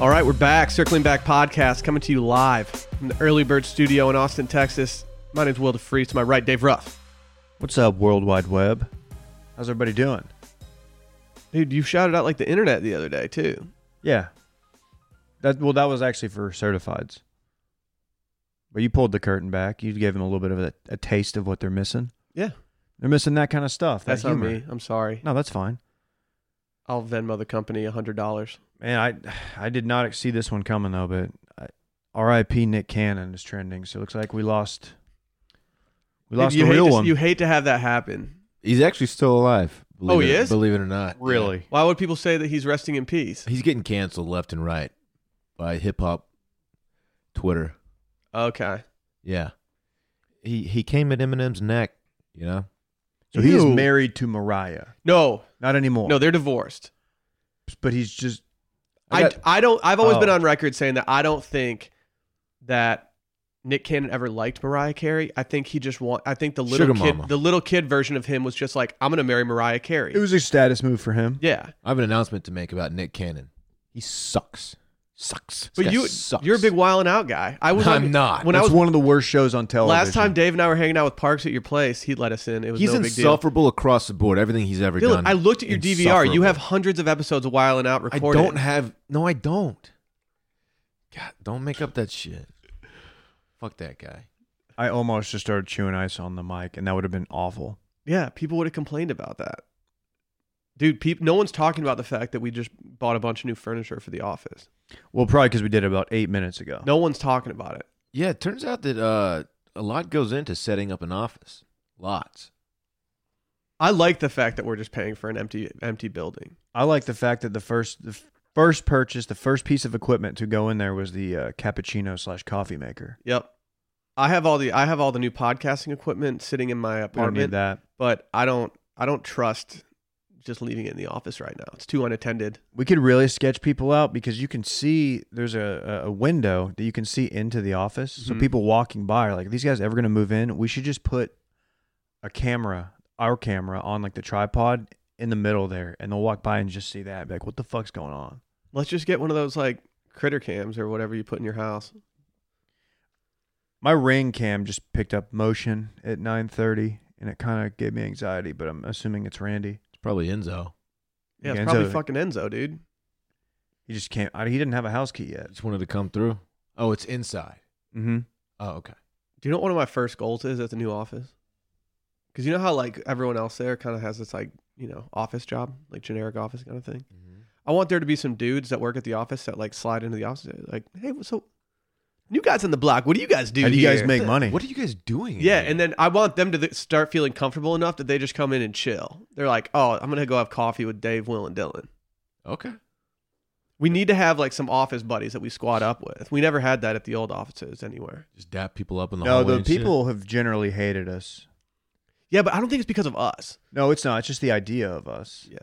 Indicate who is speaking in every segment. Speaker 1: All right, we're back. Circling Back podcast coming to you live from the Early Bird Studio in Austin, Texas. My name's Will DeFreeze. To my right, Dave Ruff.
Speaker 2: What's up, World Wide Web? How's everybody doing?
Speaker 1: Dude, you shouted out like the internet the other day too.
Speaker 2: Yeah. That well, that was actually for certifieds. But you pulled the curtain back. You gave them a little bit of a, a taste of what they're missing.
Speaker 1: Yeah,
Speaker 2: They're missing that kind of stuff. That
Speaker 1: that's on
Speaker 2: humor.
Speaker 1: me. I'm sorry.
Speaker 2: No, that's fine.
Speaker 1: I'll Venmo the company hundred dollars.
Speaker 2: Man, I I did not see this one coming though. But I, R.I.P. Nick Cannon is trending. So it looks like we lost. We lost
Speaker 1: you
Speaker 2: the
Speaker 1: hate
Speaker 2: real
Speaker 1: to-
Speaker 2: one.
Speaker 1: You hate to have that happen.
Speaker 3: He's actually still alive. Believe
Speaker 1: Oh,
Speaker 3: it,
Speaker 1: he is?
Speaker 3: Believe it or not.
Speaker 2: really?
Speaker 1: Why would people say that he's resting in peace?
Speaker 3: He's getting canceled left and right by hip hop Twitter.
Speaker 1: Okay.
Speaker 3: Yeah. He he came at Eminem's neck, you know?
Speaker 2: So he's
Speaker 1: Ew.
Speaker 2: married to Mariah.
Speaker 1: No,
Speaker 2: Not anymore.
Speaker 1: no, they're divorced.
Speaker 2: but he's just
Speaker 3: I
Speaker 1: I,
Speaker 3: got-
Speaker 1: I don't. I've always
Speaker 2: Oh.
Speaker 1: been on record saying that I don't think that Nick Cannon ever liked Mariah Carey. I think he just want. I think the little
Speaker 3: Sugar
Speaker 1: kid,
Speaker 3: mama.
Speaker 1: the little kid version of him was just like, I'm gonna marry Mariah Carey.
Speaker 2: it was a status move for him.
Speaker 1: yeah,
Speaker 3: I have an announcement to make about Nick Cannon. He sucks. Sucks. This
Speaker 1: but
Speaker 3: guy
Speaker 1: you
Speaker 3: sucks.
Speaker 1: you're a big wildin' out guy. I was.
Speaker 3: I'm
Speaker 1: on-
Speaker 3: not.
Speaker 1: When I
Speaker 2: It's
Speaker 1: was
Speaker 2: one of the worst shows on television.
Speaker 1: last time, Dave and I were hanging out with Parks at your place. He let us in. It was
Speaker 3: He's
Speaker 1: no big deal.
Speaker 3: insufferable across the board. Everything he's ever
Speaker 1: Dylan,
Speaker 3: done.
Speaker 1: I looked at your DVR. You
Speaker 3: insufferable.
Speaker 1: have hundreds of episodes of Wildin' Out
Speaker 3: I
Speaker 1: recorded.
Speaker 3: don't have no, I don't. God, don't make up that shit. Fuck that guy.
Speaker 2: I almost just started chewing ice on the mic, and that would have been awful.
Speaker 1: Yeah, people would have complained about that. Dude, peop, no one's talking about the fact that we just bought a bunch of new furniture for the office.
Speaker 2: Well, probably because we did it about eight minutes ago.
Speaker 1: No one's talking about it.
Speaker 3: Yeah, it turns out that uh, a lot goes into setting up an office. Lots.
Speaker 1: I like the fact that we're just paying for an empty empty building.
Speaker 2: I like the fact that the first the f- first purchase, the first piece of equipment to go in there was the uh, cappuccino slash coffee maker.
Speaker 1: Yep. I have all the I have all the new podcasting equipment sitting in my
Speaker 2: We don't need
Speaker 1: apartment,
Speaker 2: that.
Speaker 1: but I don't I don't trust just leaving it in the office right now. It's too unattended.
Speaker 2: We could really sketch people out because you can see there's a, a- a window that you can see into the office. So
Speaker 1: Mhm.
Speaker 2: people walking by are like, "Are these guys ever going to move in? We should just put a camera, our camera, on like the tripod in the middle there, and they'll walk by and just see that. Be like, what the fuck's going on?
Speaker 1: Let's just get one of those like critter cams or whatever you put in your house.
Speaker 2: my ring cam just picked up motion at 9.30 and it kind of gave me anxiety but i'm assuming it's randy
Speaker 3: It's probably Enzo.
Speaker 1: Yeah, it's
Speaker 2: Enzo.
Speaker 1: probably fucking Enzo, dude.
Speaker 2: he just can't I, he didn't have a house key yet
Speaker 3: I just wanted to come through. Oh, it's inside.
Speaker 2: mm-hmm.
Speaker 3: Oh, okay.
Speaker 1: Do you know what one of my first goals is at the new office? Because you know how like everyone else there kind of has this like you know office job, like generic office kind of thing.
Speaker 2: Mm-hmm.
Speaker 1: I want there to be some dudes that work at the office that like slide into the office, like, hey, so new guys on the block, what do you guys do?
Speaker 2: how do you guys
Speaker 1: here?"
Speaker 2: make money
Speaker 3: What are you guys doing? in
Speaker 1: Yeah,
Speaker 3: here?
Speaker 1: and then I want them to th- start feeling comfortable enough that they just come in and chill. They're like, oh, I'm gonna go have coffee with Dave, Will, and Dylan.
Speaker 3: okay.
Speaker 1: We need to have like some office buddies that we squad up with. We never had that at the old offices anywhere.
Speaker 3: Just dap people up in the
Speaker 2: no
Speaker 3: hallway
Speaker 2: the
Speaker 3: and shit.
Speaker 2: people have generally hated us
Speaker 1: Yeah, but I don't think it's because of us.
Speaker 2: no it's not it's just the idea of us
Speaker 1: Yeah,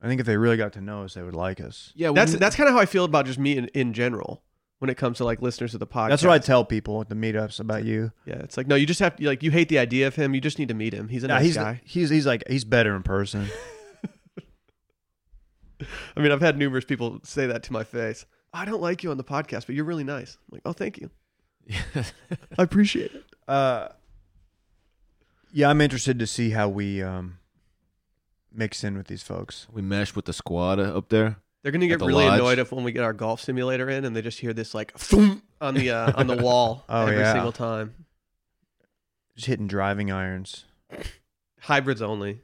Speaker 2: i think if they really got to know us they would like us
Speaker 3: Yeah,
Speaker 1: that's
Speaker 3: when-
Speaker 1: that's kind of how I feel about just me in, in general when it comes to like listeners of the podcast.
Speaker 2: that's what i tell people at the meetups about you
Speaker 1: yeah, it's like no, you just have to like you hate the idea of him. You just need to meet him. He's a
Speaker 2: Nah,
Speaker 1: nice
Speaker 2: he's,
Speaker 1: guy.
Speaker 2: he's he's like he's better in person
Speaker 1: I mean, I've had numerous people say that to my face. I don't like you on the podcast, but you're really nice. I'm like, oh, thank you. I appreciate it.
Speaker 2: uh yeah i'm interested to see how we um mix in with these folks
Speaker 3: we mesh with the squad uh, up there.
Speaker 1: They're gonna
Speaker 3: At
Speaker 1: get
Speaker 3: the
Speaker 1: really
Speaker 3: lodge.
Speaker 1: annoyed if when we get our golf simulator in and they just hear this like thump on the uh, on the wall
Speaker 2: Oh,
Speaker 1: every
Speaker 2: yeah.
Speaker 1: single time.
Speaker 2: just hitting driving irons
Speaker 1: Hybrids only.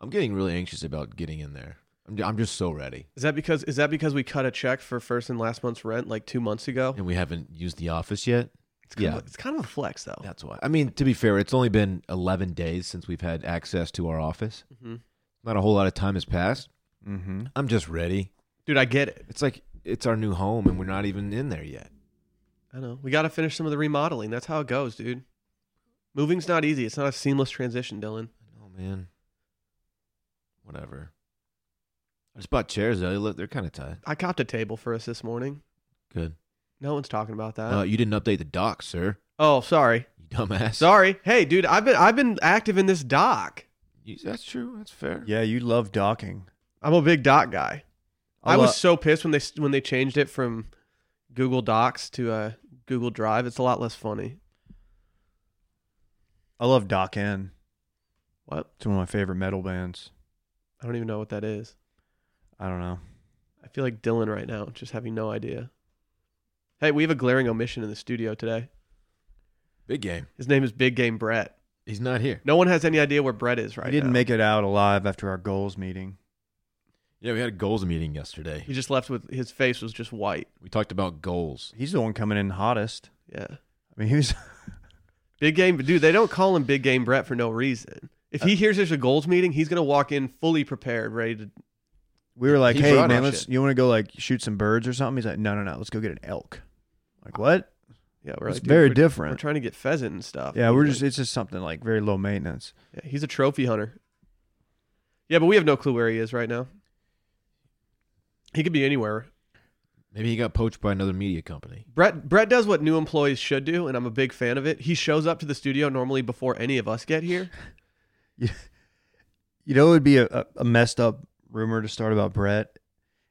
Speaker 3: I'm getting really anxious about getting in there. I'm, ju- I'm just so ready,
Speaker 1: Is that because is that because we cut a check for first and last month's rent like two months ago?
Speaker 3: and we haven't used the office yet.
Speaker 1: It's kind
Speaker 3: yeah.
Speaker 1: of, it's kind of a flex though.
Speaker 3: That's why. I mean, to be fair, it's only been 11 days since we've had access to our office.
Speaker 1: hmm
Speaker 3: Not a whole lot of time has passed.
Speaker 2: Mm-hmm.
Speaker 3: I'm just ready.
Speaker 1: Dude, I get it.
Speaker 3: It's like it's our new home, and we're not even in there yet.
Speaker 1: I know. We got to finish some of the remodeling. That's how it goes, dude. Moving's not easy. It's not a seamless transition, Dylan.
Speaker 3: Oh man. Whatever. I just bought chairs though. They Look, they're kind of tight.
Speaker 1: I copped a table for us this morning.
Speaker 3: Good.
Speaker 1: No one's talking about that.
Speaker 3: Uh, you didn't update the doc, sir.
Speaker 1: oh, sorry.
Speaker 3: You dumbass.
Speaker 1: Sorry. Hey, dude, I've been I've been active in this doc.
Speaker 3: You- that's true. That's fair.
Speaker 2: Yeah, you love docking.
Speaker 1: I'm a big doc guy. I was so pissed when they when they changed it from Google Docs to uh, Google Drive. It's a lot less funny.
Speaker 2: I love Doc N.
Speaker 1: What?
Speaker 2: It's one of my favorite metal bands.
Speaker 1: I don't even know what that is.
Speaker 2: I don't know.
Speaker 1: I feel like Dylan right now, just having no idea. Hey, we have a glaring omission in the studio today.
Speaker 3: Big game.
Speaker 1: His name is Big Game Brett.
Speaker 3: He's not here.
Speaker 1: No one has any idea where Brett is right
Speaker 2: he didn't
Speaker 1: now.
Speaker 2: make it out alive after our goals meeting.
Speaker 3: Yeah, we had a goals meeting yesterday.
Speaker 1: He just left with his face was just white.
Speaker 3: We talked about goals.
Speaker 2: He's the one coming in hottest.
Speaker 1: Yeah.
Speaker 2: I mean, he was.
Speaker 1: Big game, dude. They don't call him Big Game Brett for no reason. If
Speaker 2: Uh,
Speaker 1: he hears there's a goals meeting, he's gonna walk in fully prepared, ready to.
Speaker 2: We were like,
Speaker 1: He
Speaker 2: "Hey
Speaker 1: brought
Speaker 2: man,
Speaker 1: our
Speaker 2: let's
Speaker 1: shit.
Speaker 2: you want to go like shoot some birds or something?" He's like, "No, no, no, let's go get an elk." Like what?
Speaker 1: Yeah, we're
Speaker 2: It's
Speaker 1: like, dude,
Speaker 2: very
Speaker 1: we're-
Speaker 2: different.
Speaker 1: We're trying to get pheasant and stuff.
Speaker 2: Yeah,
Speaker 1: He's
Speaker 2: we're
Speaker 1: like,
Speaker 2: just it's just something like very low maintenance.
Speaker 1: Yeah, he's a trophy hunter. Yeah, but we have no clue where he is right now. He could be anywhere.
Speaker 3: Maybe he got poached by another media company.
Speaker 1: Brett Brett does what new employees should do, and I'm a big fan of it. He shows up to the studio normally before any of us get here.
Speaker 2: You know, it would be a, a- a messed up rumor to start about Brett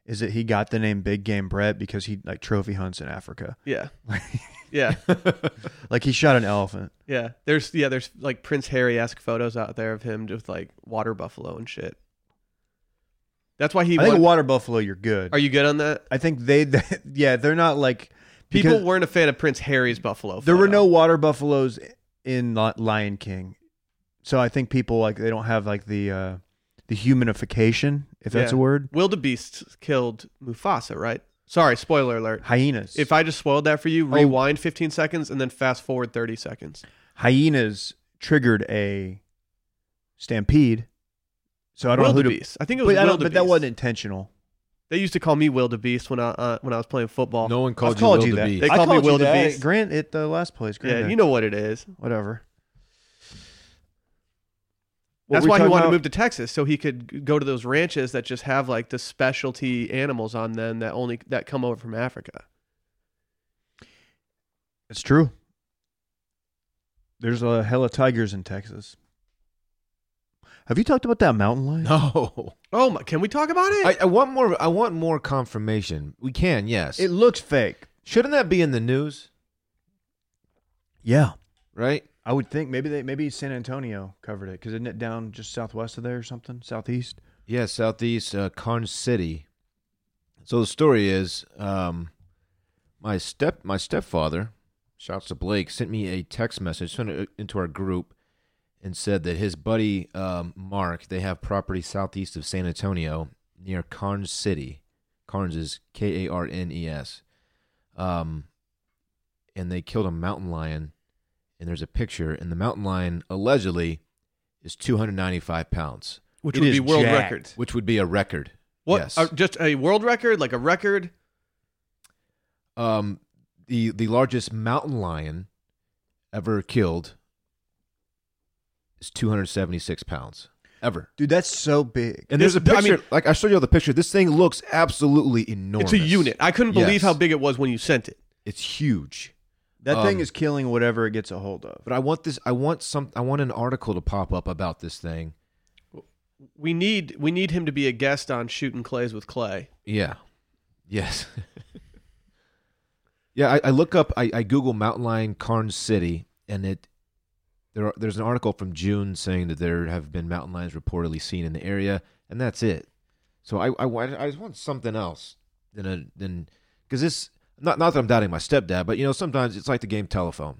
Speaker 2: is that he got the name Big Game Brett because he like trophy hunts in Africa.
Speaker 1: Yeah, yeah,
Speaker 2: Like he shot an elephant.
Speaker 1: yeah. There's yeah, there's like Prince Harry esque photos out there of him with like water buffalo and shit. That's why he.
Speaker 2: I think
Speaker 1: won-
Speaker 2: a water buffalo, you're good.
Speaker 1: Are you good on that?
Speaker 2: I think they, they yeah, they're not like
Speaker 1: People
Speaker 2: because
Speaker 1: weren't a fan of Prince Harry's buffalo.
Speaker 2: there were
Speaker 1: photo.
Speaker 2: no water buffaloes in Li- Lion King, so I think people like they don't have like the uh the humanification if that's
Speaker 1: Yeah.
Speaker 2: a word.
Speaker 1: wildebeest killed Mufasa, right? Sorry, spoiler alert.
Speaker 2: Hyenas.
Speaker 1: If I just spoiled that for
Speaker 2: Oh.
Speaker 1: you, rewind 15 seconds and then fast forward 30 seconds.
Speaker 2: hyenas triggered a stampede. So I don't know who to.
Speaker 1: wildebeest. I think it was
Speaker 2: But, I don't,
Speaker 1: wildebeest.
Speaker 2: but that wasn't intentional.
Speaker 1: They used to call me wildebeest when I uh, when I was playing football.
Speaker 3: No one
Speaker 2: I
Speaker 3: called,
Speaker 2: called
Speaker 3: you
Speaker 2: you that.
Speaker 3: wildebeest.
Speaker 1: They
Speaker 2: I
Speaker 1: called me
Speaker 2: called you that
Speaker 1: wildebeest.
Speaker 2: at Grant at the last place. Grant
Speaker 1: yeah,
Speaker 2: did.
Speaker 1: you know what it is.
Speaker 2: whatever. What
Speaker 1: That's
Speaker 2: were we
Speaker 1: why he
Speaker 2: talking
Speaker 1: wanted to
Speaker 2: about?
Speaker 1: move to Texas so he could g- go to those ranches that just have like the specialty animals on them that only that come over from Africa.
Speaker 2: It's true. There's a hell of tigers in Texas. Have you talked about that mountain lion?
Speaker 3: No.
Speaker 1: Oh my! Can we talk about it?
Speaker 3: I, I want more. I want more confirmation. We can, yes.
Speaker 2: It looks fake.
Speaker 3: Shouldn't that be in the news?
Speaker 2: Yeah,
Speaker 3: Right?
Speaker 2: I would think maybe they maybe San Antonio covered it because isn't it down just southwest of there or something, southeast?
Speaker 3: Yeah, southeast uh, Con City. So the story is, um, my step my stepfather, shouts to Blake, sent me a text message, sent it into our group, and said that his buddy um, Mark, they have property southeast of San Antonio near Carnes City. Carnes is K A R N E S. Um, and they killed a mountain lion, and there's a picture, and the mountain lion allegedly is 295 pounds
Speaker 1: Which
Speaker 2: It
Speaker 1: would
Speaker 2: is
Speaker 1: be world
Speaker 2: jacked.
Speaker 1: record.
Speaker 3: which would be a record.
Speaker 1: What?
Speaker 3: Yes.
Speaker 1: uh, just a world record, like a record.
Speaker 3: um, the the largest mountain lion ever killed is 276 pounds ever.
Speaker 2: Dude, that's so big.
Speaker 3: And there's a
Speaker 1: This- I
Speaker 3: picture.
Speaker 1: mean-
Speaker 3: like I showed you all the picture. This thing looks absolutely enormous.
Speaker 1: It's a unit. I couldn't believe
Speaker 3: Yes.
Speaker 1: how big it was when you sent it.
Speaker 3: It's huge.
Speaker 2: That thing
Speaker 3: Um,
Speaker 2: is killing whatever it gets a hold of.
Speaker 3: But I want this. I want some. I want an article to pop up about this thing.
Speaker 1: We need we need him to be a guest on shooting clays with Clay.
Speaker 3: Yeah. Yes. yeah, I, I look up I, I Google Mountain Lion Carnes City and it there are, there's an article from June saying that there have been mountain lions reportedly seen in the area, and that's it. So I I, wa- I just want something else than a than because this not not that I'm doubting my stepdad, but you know sometimes it's like the game telephone.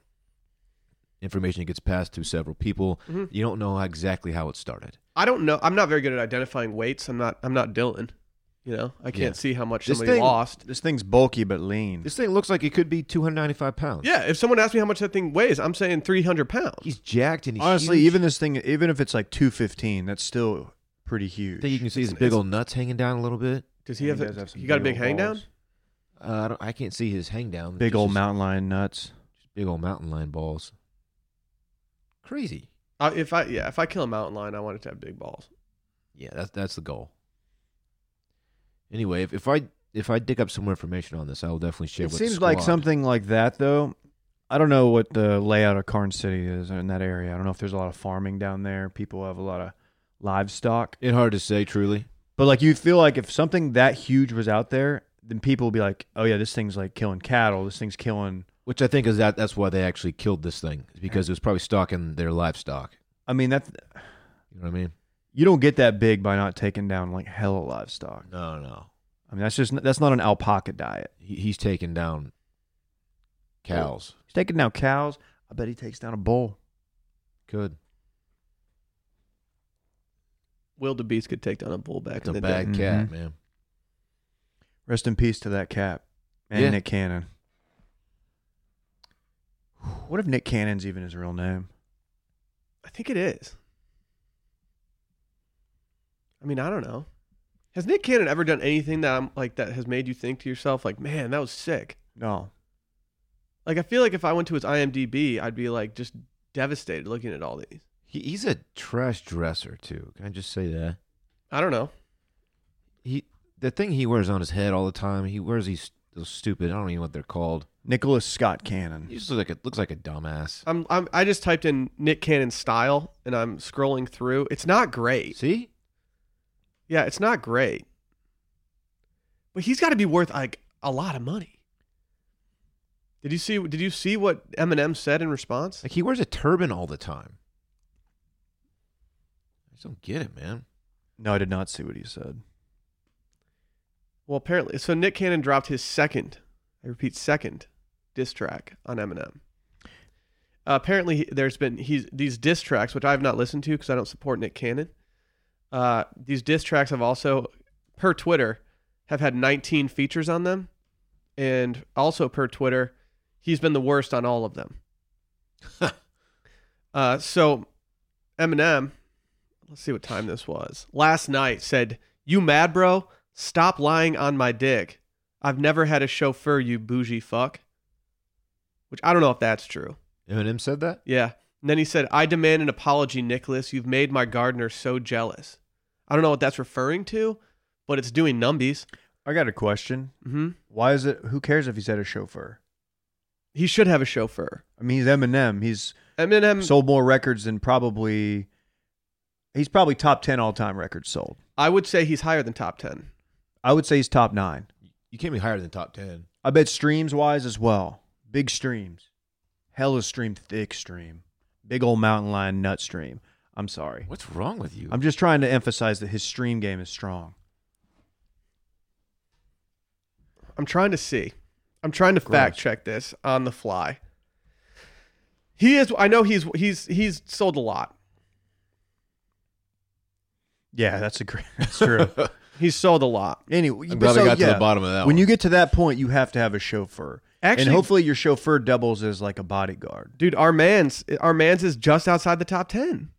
Speaker 3: Information gets passed to several people.
Speaker 2: Mm-hmm.
Speaker 1: Mhm.
Speaker 3: You don't know exactly how it started.
Speaker 1: I don't know. I'm not very good at identifying weights. I'm not. I'm not Dylan. You know, I can't
Speaker 3: Yeah.
Speaker 1: see how much
Speaker 3: This
Speaker 1: somebody
Speaker 3: thing-
Speaker 1: lost.
Speaker 2: This thing's bulky but lean.
Speaker 3: This thing looks like it could be 295 pounds.
Speaker 1: Yeah, if someone asked me how much that thing weighs, I'm saying 300 pounds.
Speaker 3: he's jacked and he's
Speaker 2: Honestly,
Speaker 3: huge.
Speaker 2: even this thing, even if it's like two fifteen, that's still pretty huge.
Speaker 3: I think you can see his
Speaker 1: It's-
Speaker 3: big
Speaker 1: it's-
Speaker 3: old nuts hanging down a little bit.
Speaker 1: Does he have?
Speaker 2: does
Speaker 1: a,
Speaker 2: have some
Speaker 1: he got a big
Speaker 2: big
Speaker 1: hang
Speaker 2: old
Speaker 1: down?
Speaker 2: balls.
Speaker 3: Uh, I, don't, I can't see his hang down. It's
Speaker 2: Big old
Speaker 3: just
Speaker 2: mountain lion nuts.
Speaker 3: Big old mountain lion balls. Crazy.
Speaker 1: Uh, if I yeah, if I kill a mountain lion, I want it to have big balls.
Speaker 3: Yeah, that's that's the goal. Anyway, if, if I if I dig up some more information on this, I will definitely share.
Speaker 2: it
Speaker 3: with
Speaker 2: seems
Speaker 3: the
Speaker 2: like
Speaker 3: squad.
Speaker 2: something like that though. I don't know what the layout of Carn City is in that area. I don't know if there's a lot of farming down there. People have a lot of livestock,
Speaker 3: It's hard to say, truly.
Speaker 2: But like you feel like if something that huge was out there, then people would be like, "Oh yeah, this thing's like killing cattle. This thing's killing."
Speaker 3: Which I think is that that's why they actually killed this thing is because it was probably stalking their livestock.
Speaker 2: I mean, that's
Speaker 3: You know what I mean?
Speaker 2: you don't get that big by not taking down like hella livestock.
Speaker 3: No, no.
Speaker 2: I mean, that's just that's not an alpaca diet.
Speaker 3: He, he's taking down cows.
Speaker 2: He's taking down cows. I bet he takes down a bull.
Speaker 3: Good.
Speaker 1: Wildebeest could take down a bull back
Speaker 3: It's
Speaker 1: in the
Speaker 3: a
Speaker 1: day.
Speaker 3: bad
Speaker 2: day.
Speaker 3: cat,
Speaker 2: Mhm.
Speaker 3: man.
Speaker 2: Rest in peace to that cat and
Speaker 3: Yeah.
Speaker 2: Nick Cannon. What if Nick Cannon's even his real name?
Speaker 1: I think it is. I mean, I don't know. Has Nick Cannon ever done anything that I'm like that has made you think to yourself like, man, that was sick?
Speaker 2: No,
Speaker 1: Like, I feel like if I went to his IMDb, I'd be like just devastated looking at all these.
Speaker 3: He, he's a trash dresser too. Can I just say that?
Speaker 1: I don't know.
Speaker 3: He the thing he wears on his head all the time. He wears these those stupid. I don't even know what they're called.
Speaker 2: Nicholas Scott
Speaker 3: He
Speaker 2: Cannon.
Speaker 3: just looks like a, looks like a dumbass.
Speaker 2: Uh,
Speaker 1: I'm, I'm I just typed in Nick Cannon style and I'm scrolling through. It's not great.
Speaker 3: See,
Speaker 1: Yeah, it's not great. But he's got to be worth like a lot of money. Did you see? Did you see what Eminem said in response?
Speaker 3: like he wears a turban all the time. I just don't get it, man.
Speaker 2: No, I did not see what he said.
Speaker 1: Well, apparently, so Nick Cannon dropped his second, I repeat, second diss track on Eminem. Uh, apparently, he- there's been he's these diss tracks, which I have not listened to because I don't support Nick Cannon. Uh, these diss tracks have also, per Twitter, have had 19 features on them, and also per Twitter, he's been the worst on all of them. uh, so, Eminem, let's see what time this was last night. Said, "You mad, bro? Stop lying on my dick. I've never had a chauffeur, you bougie fuck. Which I don't know if that's true.
Speaker 3: Eminem said that.
Speaker 1: Yeah. And then he said, I demand an apology, Nicholas. You've made my gardener so jealous. I don't know what that's referring to, but it's doing numbies.
Speaker 2: I got a question.
Speaker 1: hmm
Speaker 2: Why is it? Who cares if he's had a chauffeur?
Speaker 1: He should have a chauffeur.
Speaker 2: I mean, he's Eminem. He's
Speaker 1: Eminem,
Speaker 2: sold more records than probably. He's probably top ten all time records sold.
Speaker 1: I would say he's higher than top 10.
Speaker 2: I would say he's top nine.
Speaker 3: You can't be higher than top ten.
Speaker 2: I bet streams wise as well. Big streams, hella stream, thick stream, big old mountain lion nut stream. I'm sorry.
Speaker 3: What's wrong with you?
Speaker 2: I'm just trying to emphasize that his stream game is strong.
Speaker 1: I'm trying to see. I'm trying to fact
Speaker 2: Gross.
Speaker 1: check this on the fly. He is. I know he's he's he's sold a lot.
Speaker 2: Yeah, that's a great. That's true.
Speaker 1: He's sold a lot.
Speaker 2: anyway,
Speaker 3: I'm
Speaker 2: but
Speaker 3: glad we
Speaker 2: so,
Speaker 3: got to
Speaker 2: yeah,
Speaker 3: the bottom of that.
Speaker 2: When
Speaker 3: one.
Speaker 2: you get to that point, you have to have a chauffeur,
Speaker 1: Actually,
Speaker 2: and hopefully your chauffeur doubles as like a bodyguard.
Speaker 1: Dude, our man's our man's is just outside the top ten.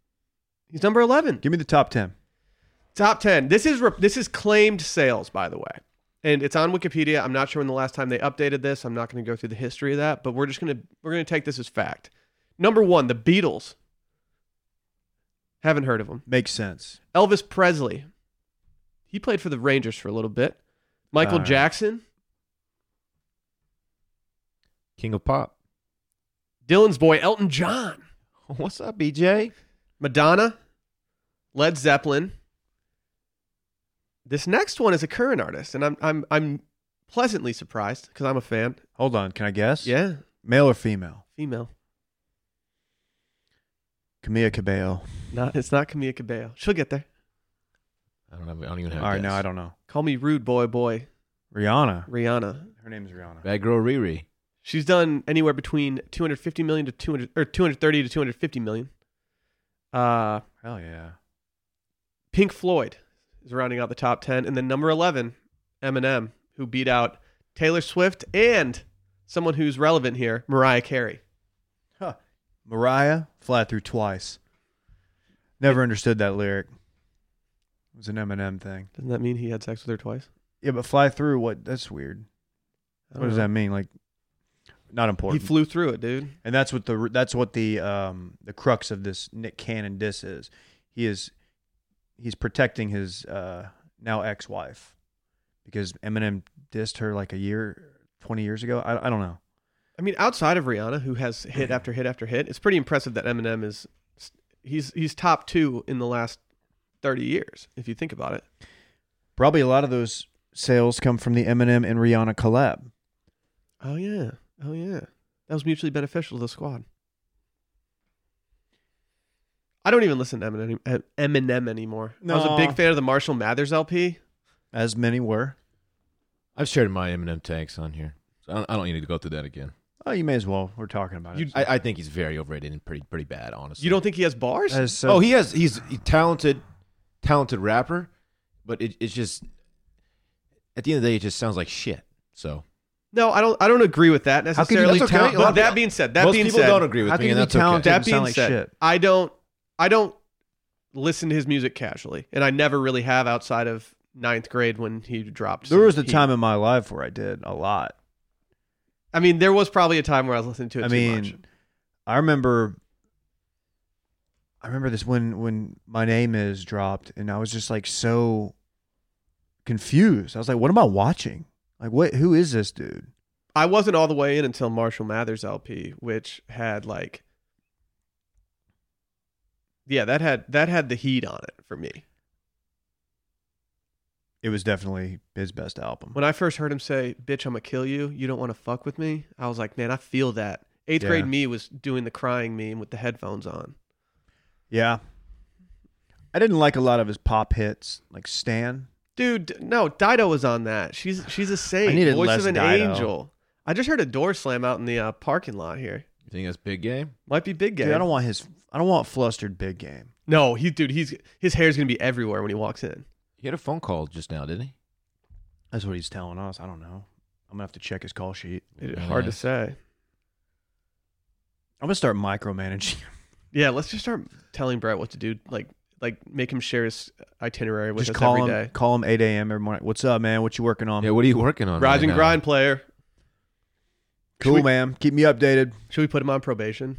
Speaker 1: He's number eleven.
Speaker 2: Give me the top ten.
Speaker 1: Top ten. This is rep- this is claimed sales, by the way, and it's on Wikipedia. I'm not sure when the last time they updated this. I'm not going to go through the history of that, but we're just gonna we're gonna take this as fact. Number one, the Beatles. Haven't heard of them.
Speaker 2: Makes sense.
Speaker 1: Elvis Presley. He played for the Rangers for a little bit. Michael
Speaker 2: All right.
Speaker 1: Jackson,
Speaker 3: King of Pop.
Speaker 1: Dylan's boy Elton John,
Speaker 3: What's up, BJ?
Speaker 1: Madonna, Led Zeppelin. This next one is a current artist, and I'm I'm I'm pleasantly surprised because I'm a fan.
Speaker 2: Hold on, can I guess?
Speaker 1: Yeah,
Speaker 2: Male or female?
Speaker 1: female.
Speaker 2: Camilla Cabello.
Speaker 1: Not it's not Camila Cabello. She'll get there.
Speaker 3: I don't have. I don't even
Speaker 2: All
Speaker 3: have.
Speaker 2: right, no, I don't know.
Speaker 1: Call me rude boy boy
Speaker 2: Rihanna.
Speaker 1: Rihanna.
Speaker 2: Her name is Rihanna.
Speaker 3: Bad girl Riri.
Speaker 1: She's done anywhere between 250 million to 200 or 230 to 250 million. Uh
Speaker 2: Hell yeah.
Speaker 1: Pink Floyd is rounding out the top 10 and then number 11 Eminem who beat out Taylor Swift and someone who's relevant here, Mariah Carey.
Speaker 2: Huh. Mariah, fly through twice. Never understood that lyric. It was an Eminem thing.
Speaker 1: Doesn't that mean he had sex with her twice?
Speaker 2: Yeah, but fly through what? That's weird.
Speaker 1: I don't
Speaker 2: What does
Speaker 1: know.
Speaker 2: that mean? Like, not
Speaker 1: Uh, He
Speaker 2: important.
Speaker 1: flew through it, dude.
Speaker 2: and that's what the that's what the um the crux of this Nick Cannon diss is. He is he's protecting his uh now ex wife because Eminem dissed her like a year, twenty years ago. I, I don't know.
Speaker 1: I mean, outside of Rihanna, who has hit after hit after hit, it's pretty impressive that Eminem is he's he's top two in the last thirty years, if you think about it.
Speaker 2: Probably a lot of those sales come from the Eminem and Rihanna collab.
Speaker 1: Oh yeah. Oh yeah. That was mutually beneficial to the squad. I don't even listen to Eminem, any- eh, Eminem anymore. I was a
Speaker 2: No.
Speaker 1: big fan of the Marshall Mathers LP.
Speaker 2: As many were.
Speaker 3: I've shared my Eminem takes on here. So I don't, I don't need to go through that again.
Speaker 2: Oh, you may as well. We're talking about
Speaker 1: You-
Speaker 2: it.
Speaker 3: I, I think he's very overrated and pretty pretty bad, honestly.
Speaker 1: You don't think he has bars?
Speaker 2: That is so-
Speaker 3: oh, he has he's a talented, talented rapper, but it, it's just at the end of the day, it just sounds like shit. So
Speaker 1: No, I don't. I don't agree with that
Speaker 2: could you-
Speaker 1: necessarily.
Speaker 2: That's okay.
Speaker 1: But
Speaker 2: A lot of
Speaker 1: that
Speaker 3: people-
Speaker 1: being said, that
Speaker 3: most
Speaker 1: being
Speaker 3: people
Speaker 1: said,
Speaker 3: don't agree with
Speaker 2: How
Speaker 3: me,
Speaker 2: can you
Speaker 3: and
Speaker 2: be
Speaker 3: that's okay.
Speaker 2: talented?
Speaker 1: that
Speaker 2: Doesn't
Speaker 1: being
Speaker 2: sound like
Speaker 1: said,
Speaker 2: shit.
Speaker 1: I don't. I don't listen to his music casually, and I never really have outside of ninth grade when he dropped.
Speaker 2: there
Speaker 1: some
Speaker 2: was a
Speaker 1: heat.
Speaker 2: time in my life where I did a lot.
Speaker 1: I mean, there was probably a time where I was listening to it
Speaker 2: I
Speaker 1: too
Speaker 2: mean,
Speaker 1: much.
Speaker 2: I remember. I remember this when when my name is dropped, and I was just like so confused. I was like, "What am I watching? Like, what? Who is this dude?"
Speaker 1: I wasn't all the way in until Marshall Mathers LP, which had like, yeah, that had that had the heat on it for me.
Speaker 2: It was definitely his best album.
Speaker 1: When I first heard him say, "Bitch, I'm gonna kill you. You don't want to fuck with me," I was like, "Man, I feel that." Eighth
Speaker 2: Yeah.
Speaker 1: grade me was doing the crying meme with the headphones on.
Speaker 2: Yeah, I didn't like a lot of his pop hits, like Stan.
Speaker 1: Dude, no, Dido was on that. She's she's a saint.
Speaker 2: needed
Speaker 1: Voice
Speaker 2: less
Speaker 1: of an
Speaker 2: Dido.
Speaker 1: angel. I just heard a door slam out in the uh, parking lot here.
Speaker 3: you think that's big game?
Speaker 1: Might be big game.
Speaker 2: Dude, I don't want his. I don't want flustered big game.
Speaker 1: no, he dude, he's his hair's gonna be everywhere when he walks in.
Speaker 3: He had a phone call just now, didn't he?
Speaker 2: That's what he's telling us. I don't know. I'm gonna have to check his call sheet.
Speaker 1: Dude,
Speaker 3: Yeah.
Speaker 1: Hard to say.
Speaker 2: I'm gonna start micromanaging.
Speaker 1: Yeah, let's just start telling Brett what to do. Like like make him share his itinerary with
Speaker 2: Just
Speaker 1: us
Speaker 2: call
Speaker 1: every
Speaker 2: him.
Speaker 1: day.
Speaker 2: Call him 8 a.m. every morning. What's up, man? What you working on?
Speaker 3: yeah. What are you working
Speaker 2: Oh,
Speaker 3: on?
Speaker 1: Um, Rise
Speaker 3: right
Speaker 1: and
Speaker 3: now?
Speaker 1: grind player.
Speaker 2: Cool,
Speaker 1: Should we-
Speaker 2: man. Keep me updated.
Speaker 1: Should we put him on probation?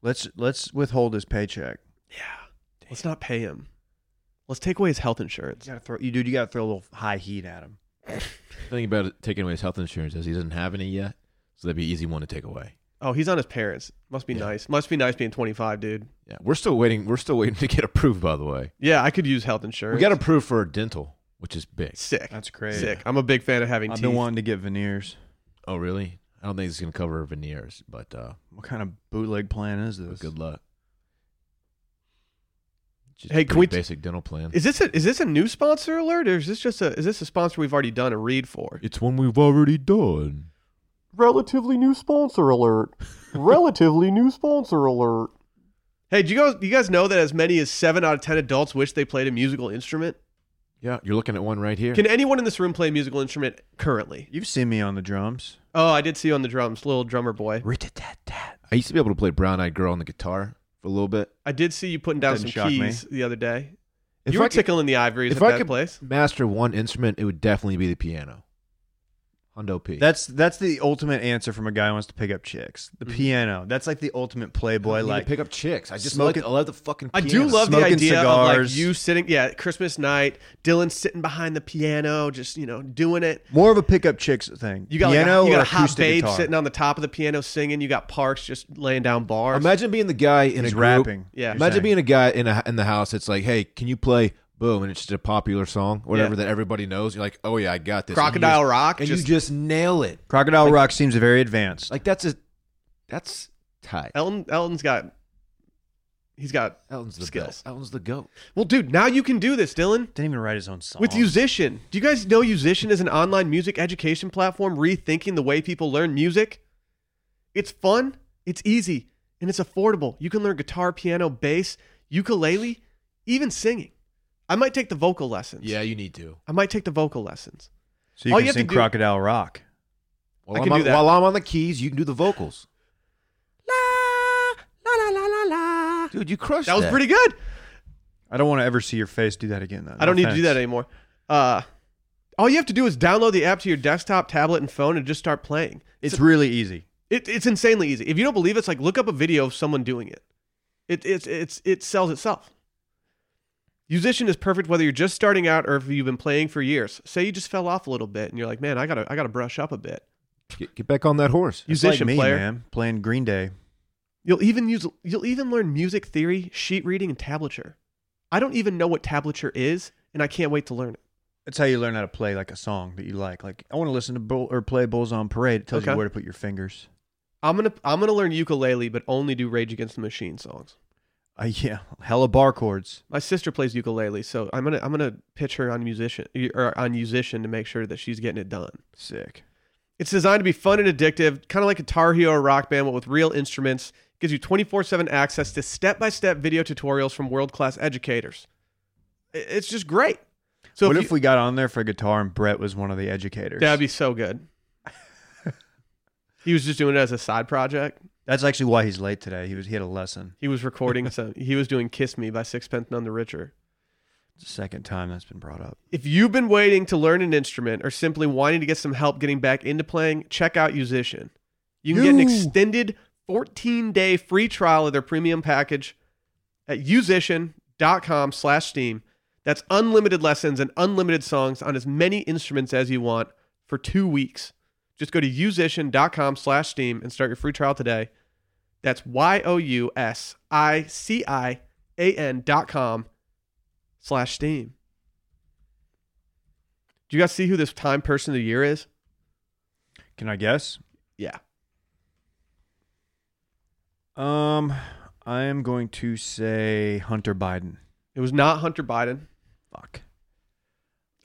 Speaker 2: Let's let's withhold his paycheck.
Speaker 1: Yeah. Let's not pay him. Let's take away his health insurance.
Speaker 2: You gotta throw you dude. You gotta throw a little high heat at him.
Speaker 3: Thinking about it, taking away his health insurance as he doesn't have any yet, so that'd be an easy one to take away.
Speaker 1: Oh, he's on his parents. Must be
Speaker 3: Yeah.
Speaker 1: nice. Must be nice being 25, dude.
Speaker 3: Yeah, we're still waiting. We're still waiting to get approved. By the way,
Speaker 1: Yeah, I could use health insurance.
Speaker 3: we got approved for dental, which is big.
Speaker 1: sick.
Speaker 2: That's crazy.
Speaker 1: sick. I'm a big fan of having
Speaker 2: I've
Speaker 1: teeth.
Speaker 2: been wanting to get veneers.
Speaker 3: Oh, really? I don't think it's gonna cover veneers, but uh,
Speaker 2: What kind of bootleg plan is this?
Speaker 3: good luck. Just
Speaker 1: Hey,
Speaker 3: a
Speaker 1: can we
Speaker 3: pretty
Speaker 1: t-
Speaker 3: basic dental plan?
Speaker 1: is this a is this a new sponsor alert or is this just a is this a sponsor we've already done a read for?
Speaker 3: It's one we've already done.
Speaker 1: Relatively new sponsor alert. Relatively new sponsor alert. Hey, do you guys do you guys know that as many as seven out of ten adults wish they played a musical instrument?
Speaker 3: Yeah, you're looking at one right here.
Speaker 1: Can anyone in this room play a musical instrument currently?
Speaker 2: You've seen me on the drums.
Speaker 1: Oh, I did see you on the drums, little drummer boy.
Speaker 3: I used to be able to play Brown Eyed Girl on the guitar for a little bit.
Speaker 1: I did see you putting down
Speaker 2: Doesn't
Speaker 1: some
Speaker 2: shock me.
Speaker 1: keys the other day.
Speaker 3: If
Speaker 1: you were
Speaker 3: I could,
Speaker 1: tickling the ivories
Speaker 3: if
Speaker 1: at
Speaker 3: I
Speaker 1: that
Speaker 3: could-
Speaker 1: place.
Speaker 3: master one instrument, it would definitely be the piano. Hondo P.
Speaker 2: That's that's the ultimate answer from a guy who wants to pick up chicks. The
Speaker 1: Mhm.
Speaker 2: piano. That's like the ultimate
Speaker 3: I
Speaker 2: playboy.
Speaker 3: need to
Speaker 2: Like
Speaker 3: pick up chicks. I just
Speaker 2: Smoke
Speaker 3: like
Speaker 2: it-
Speaker 3: I love the fucking.
Speaker 1: I
Speaker 3: Piano.
Speaker 1: do love the
Speaker 2: Smoking
Speaker 1: idea of like
Speaker 2: cigars.
Speaker 1: you sitting, yeah, Christmas night, Dylan sitting behind the piano, just you know, doing it.
Speaker 2: more of a pick up chicks thing.
Speaker 1: You got
Speaker 2: piano
Speaker 1: like a, you
Speaker 2: or
Speaker 1: got a hot
Speaker 2: acoustic
Speaker 1: babe
Speaker 2: guitar?
Speaker 1: sitting on the top of the piano singing. You got Parks just laying down bars.
Speaker 3: Imagine being the guy in
Speaker 2: He's
Speaker 3: a group.
Speaker 2: rapping.
Speaker 1: Yeah.
Speaker 2: You're
Speaker 3: Imagine
Speaker 2: saying.
Speaker 3: being a guy in a, in the house. It's like, hey, can you play? Boom, and it's just a popular song, whatever
Speaker 1: Yeah.
Speaker 3: that everybody knows. You're like, oh yeah, I got this.
Speaker 1: Crocodile
Speaker 3: and you
Speaker 1: Rock,
Speaker 3: just, and
Speaker 1: just-
Speaker 3: you just nail it.
Speaker 2: Crocodile Rock seems very advanced.
Speaker 3: Like that's a, that's tight.
Speaker 1: Elton, Elton's got, he's got.
Speaker 3: Elton's the
Speaker 1: Skills.
Speaker 3: best. Elton's the goat.
Speaker 1: Well, dude, now you can do this, Dylan.
Speaker 2: Didn't even write his own song.
Speaker 1: With Musician. Do you guys know Musician is an online music education platform rethinking the way people learn music? It's fun, it's easy, and it's affordable. You can learn guitar, piano, bass, ukulele, even singing. I might take the vocal lessons.
Speaker 3: Yeah, you need to.
Speaker 1: I might take the vocal lessons.
Speaker 2: so you
Speaker 1: all
Speaker 2: can
Speaker 1: you have to
Speaker 2: sing
Speaker 1: do-
Speaker 2: Crocodile Rock.
Speaker 1: I
Speaker 3: While I'm
Speaker 1: can
Speaker 3: on,
Speaker 1: do that.
Speaker 3: While I'm on the keys, you can do the vocals. La la la la la la. Dude, you crushed
Speaker 1: That was pretty good.
Speaker 2: I don't want to ever see your face do that again. Though.
Speaker 1: I don't need to do that anymore. Uh, all you have to do is download the app to your desktop, tablet, and phone and just start playing.
Speaker 2: It's really easy.
Speaker 1: It, it's insanely easy. If you don't believe it's like look up a video of someone doing it. It it's it's it sells itself. Musician is perfect whether you're just starting out or if you've been playing for years. Say you just fell off a little bit and you're like, man, I gotta I gotta brush up a bit.
Speaker 3: Get, get back on that horse.
Speaker 2: It's
Speaker 1: Musician
Speaker 2: like me,
Speaker 1: player.
Speaker 2: man, playing Green Day.
Speaker 1: You'll even use you'll even learn music theory, sheet reading, and tablature. I don't even know what tablature is, and I can't wait to learn it.
Speaker 2: That's how you learn how to play like a song that you like. Like I want to listen to Bull or play Bulls on Parade. It tells
Speaker 1: Okay.
Speaker 2: you where to put your fingers.
Speaker 1: I'm gonna I'm gonna learn ukulele, but only do Rage Against the Machine songs.
Speaker 2: Uh, yeah, hella bar chords.
Speaker 1: My sister plays ukulele, so I'm gonna I'm gonna pitch her on musician or on musician to make sure that she's getting it done.
Speaker 2: Sick.
Speaker 1: It's designed to be fun and addictive, kind of like a Tar Hero or Rock Band, but with real instruments. Gives you 24 7 access to step by step video tutorials from world class educators. I- It's just great. So
Speaker 2: what
Speaker 1: if,
Speaker 2: if we got on there for guitar and Brett was one of the educators?
Speaker 1: That'd be so good. he was just doing it as a side project.
Speaker 2: That's actually why he's late today. He was he had a lesson.
Speaker 1: He was recording some. He was doing "Kiss Me" by Sixpence None the Richer.
Speaker 2: It's the second time that's been brought up.
Speaker 1: If you've been waiting to learn an instrument or simply wanting to get some help getting back into playing, check out Musician. You can get an
Speaker 2: Yoo.
Speaker 1: extended 14 day free trial of their premium package at musician.com slash Steam. That's unlimited lessons and unlimited songs on as many instruments as you want for two weeks. Just go to musician.com slash Steam and start your free trial today. That's Y O U S I C I A N dot com slash Steam. Do you guys see who this Time Person of the Year is?
Speaker 2: Can I guess?
Speaker 1: Yeah.
Speaker 2: Um, I am going to say Hunter Biden.
Speaker 1: It was not Hunter Biden.
Speaker 2: Fuck.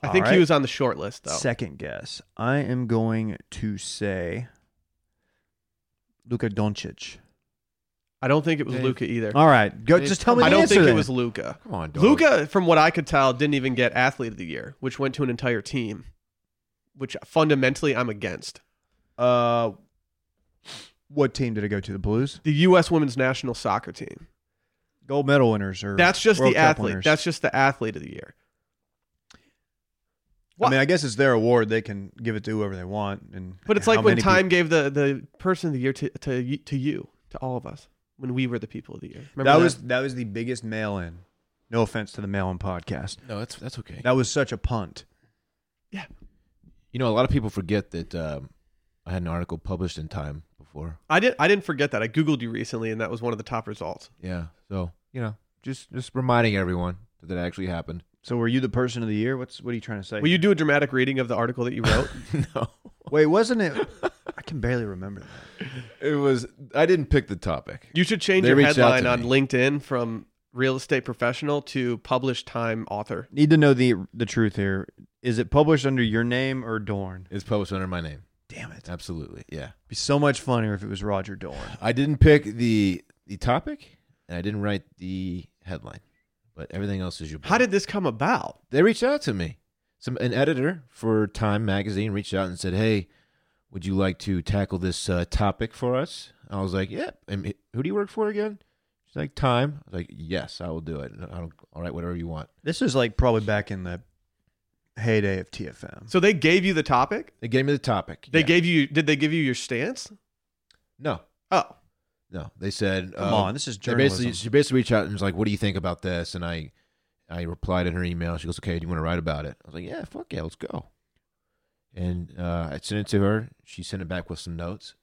Speaker 1: I
Speaker 2: All
Speaker 1: think he
Speaker 2: right.
Speaker 1: was on the short list, though.
Speaker 2: Second guess. I am going to say Luka Doncic.
Speaker 1: I don't think it was
Speaker 3: Dave.
Speaker 1: Luca either.
Speaker 2: All right, go.
Speaker 3: Hey,
Speaker 2: Just tell me.
Speaker 1: I
Speaker 2: the
Speaker 1: don't
Speaker 2: answer
Speaker 1: think it
Speaker 2: then.
Speaker 1: was Luca.
Speaker 3: Come on, dog.
Speaker 1: Luca, from what I could tell, didn't even get Athlete of the Year, which went to an entire team, which fundamentally I'm against.
Speaker 2: Uh, what team did it go to? The Blues.
Speaker 1: The U.S. women's national soccer team.
Speaker 2: Gold medal winners or
Speaker 1: That's just
Speaker 2: World
Speaker 1: the
Speaker 2: Cup
Speaker 1: athlete.
Speaker 2: winners.
Speaker 1: That's just the Athlete of the Year.
Speaker 2: I mean, I guess it's their award. They can give it to whoever they want. And
Speaker 1: But it's
Speaker 2: how
Speaker 1: like when
Speaker 2: many
Speaker 1: Time
Speaker 2: peop-
Speaker 1: gave the, the Person of the Year to, to, y- to you, to all of us, when we were the people of the year. Remember
Speaker 2: that was that was the biggest mail in. No offense to the mail in podcast.
Speaker 3: No, that's that's okay.
Speaker 2: That was such a punt.
Speaker 3: You know, a lot of people forget that um, I had an article published in Time before.
Speaker 1: I didn't. I didn't forget that. I googled you recently, and that was one of the top results.
Speaker 3: Yeah, so you know, just just reminding everyone that that actually happened.
Speaker 2: So were you the person of the year? What's what are you trying to say?
Speaker 1: Will you do a dramatic reading of the article that you wrote?
Speaker 3: no,
Speaker 2: Wait, wasn't it? I can barely remember that.
Speaker 3: it was I didn't pick the topic.
Speaker 1: You should change
Speaker 3: They
Speaker 1: your
Speaker 3: reached out
Speaker 1: headline
Speaker 3: to
Speaker 1: on
Speaker 3: me.
Speaker 1: LinkedIn from real estate professional to published time author.
Speaker 2: Need to know the the truth here. Is it published under your name or Dorn?
Speaker 3: It's published under my name.
Speaker 2: Damn it! It'd
Speaker 3: Absolutely, yeah.
Speaker 2: be so much funnier if it was Roger Dorn.
Speaker 3: I didn't pick the the topic, and I didn't write the headline, but everything else is your.
Speaker 1: How did this come about?
Speaker 3: they reached out to me. Some an editor for Time magazine reached out and said, "Hey, would you like to tackle this uh, topic for us?" I was like, "Yeah." And it- who do you work for again? She's like, "Time." I was like, "Yes, I will do it. I don't, all right, whatever you want."
Speaker 2: This is like probably back in the heyday of TFM.
Speaker 1: So they gave you the topic.
Speaker 3: They gave me the topic.
Speaker 1: They
Speaker 3: Yeah.
Speaker 1: gave you. Did they give you your stance?
Speaker 3: no,
Speaker 1: Oh,
Speaker 3: no. They said,
Speaker 2: Come
Speaker 3: uh,
Speaker 2: on, this is
Speaker 3: they
Speaker 2: journalism.
Speaker 3: basically, she basically reached out and was like, "What do you think about this?" And I, I replied in her email. She goes, "Okay, do you want to write about it?" I was like, "Yeah, fuck yeah, let's go." And uh, I sent it to her. She sent it back with some notes.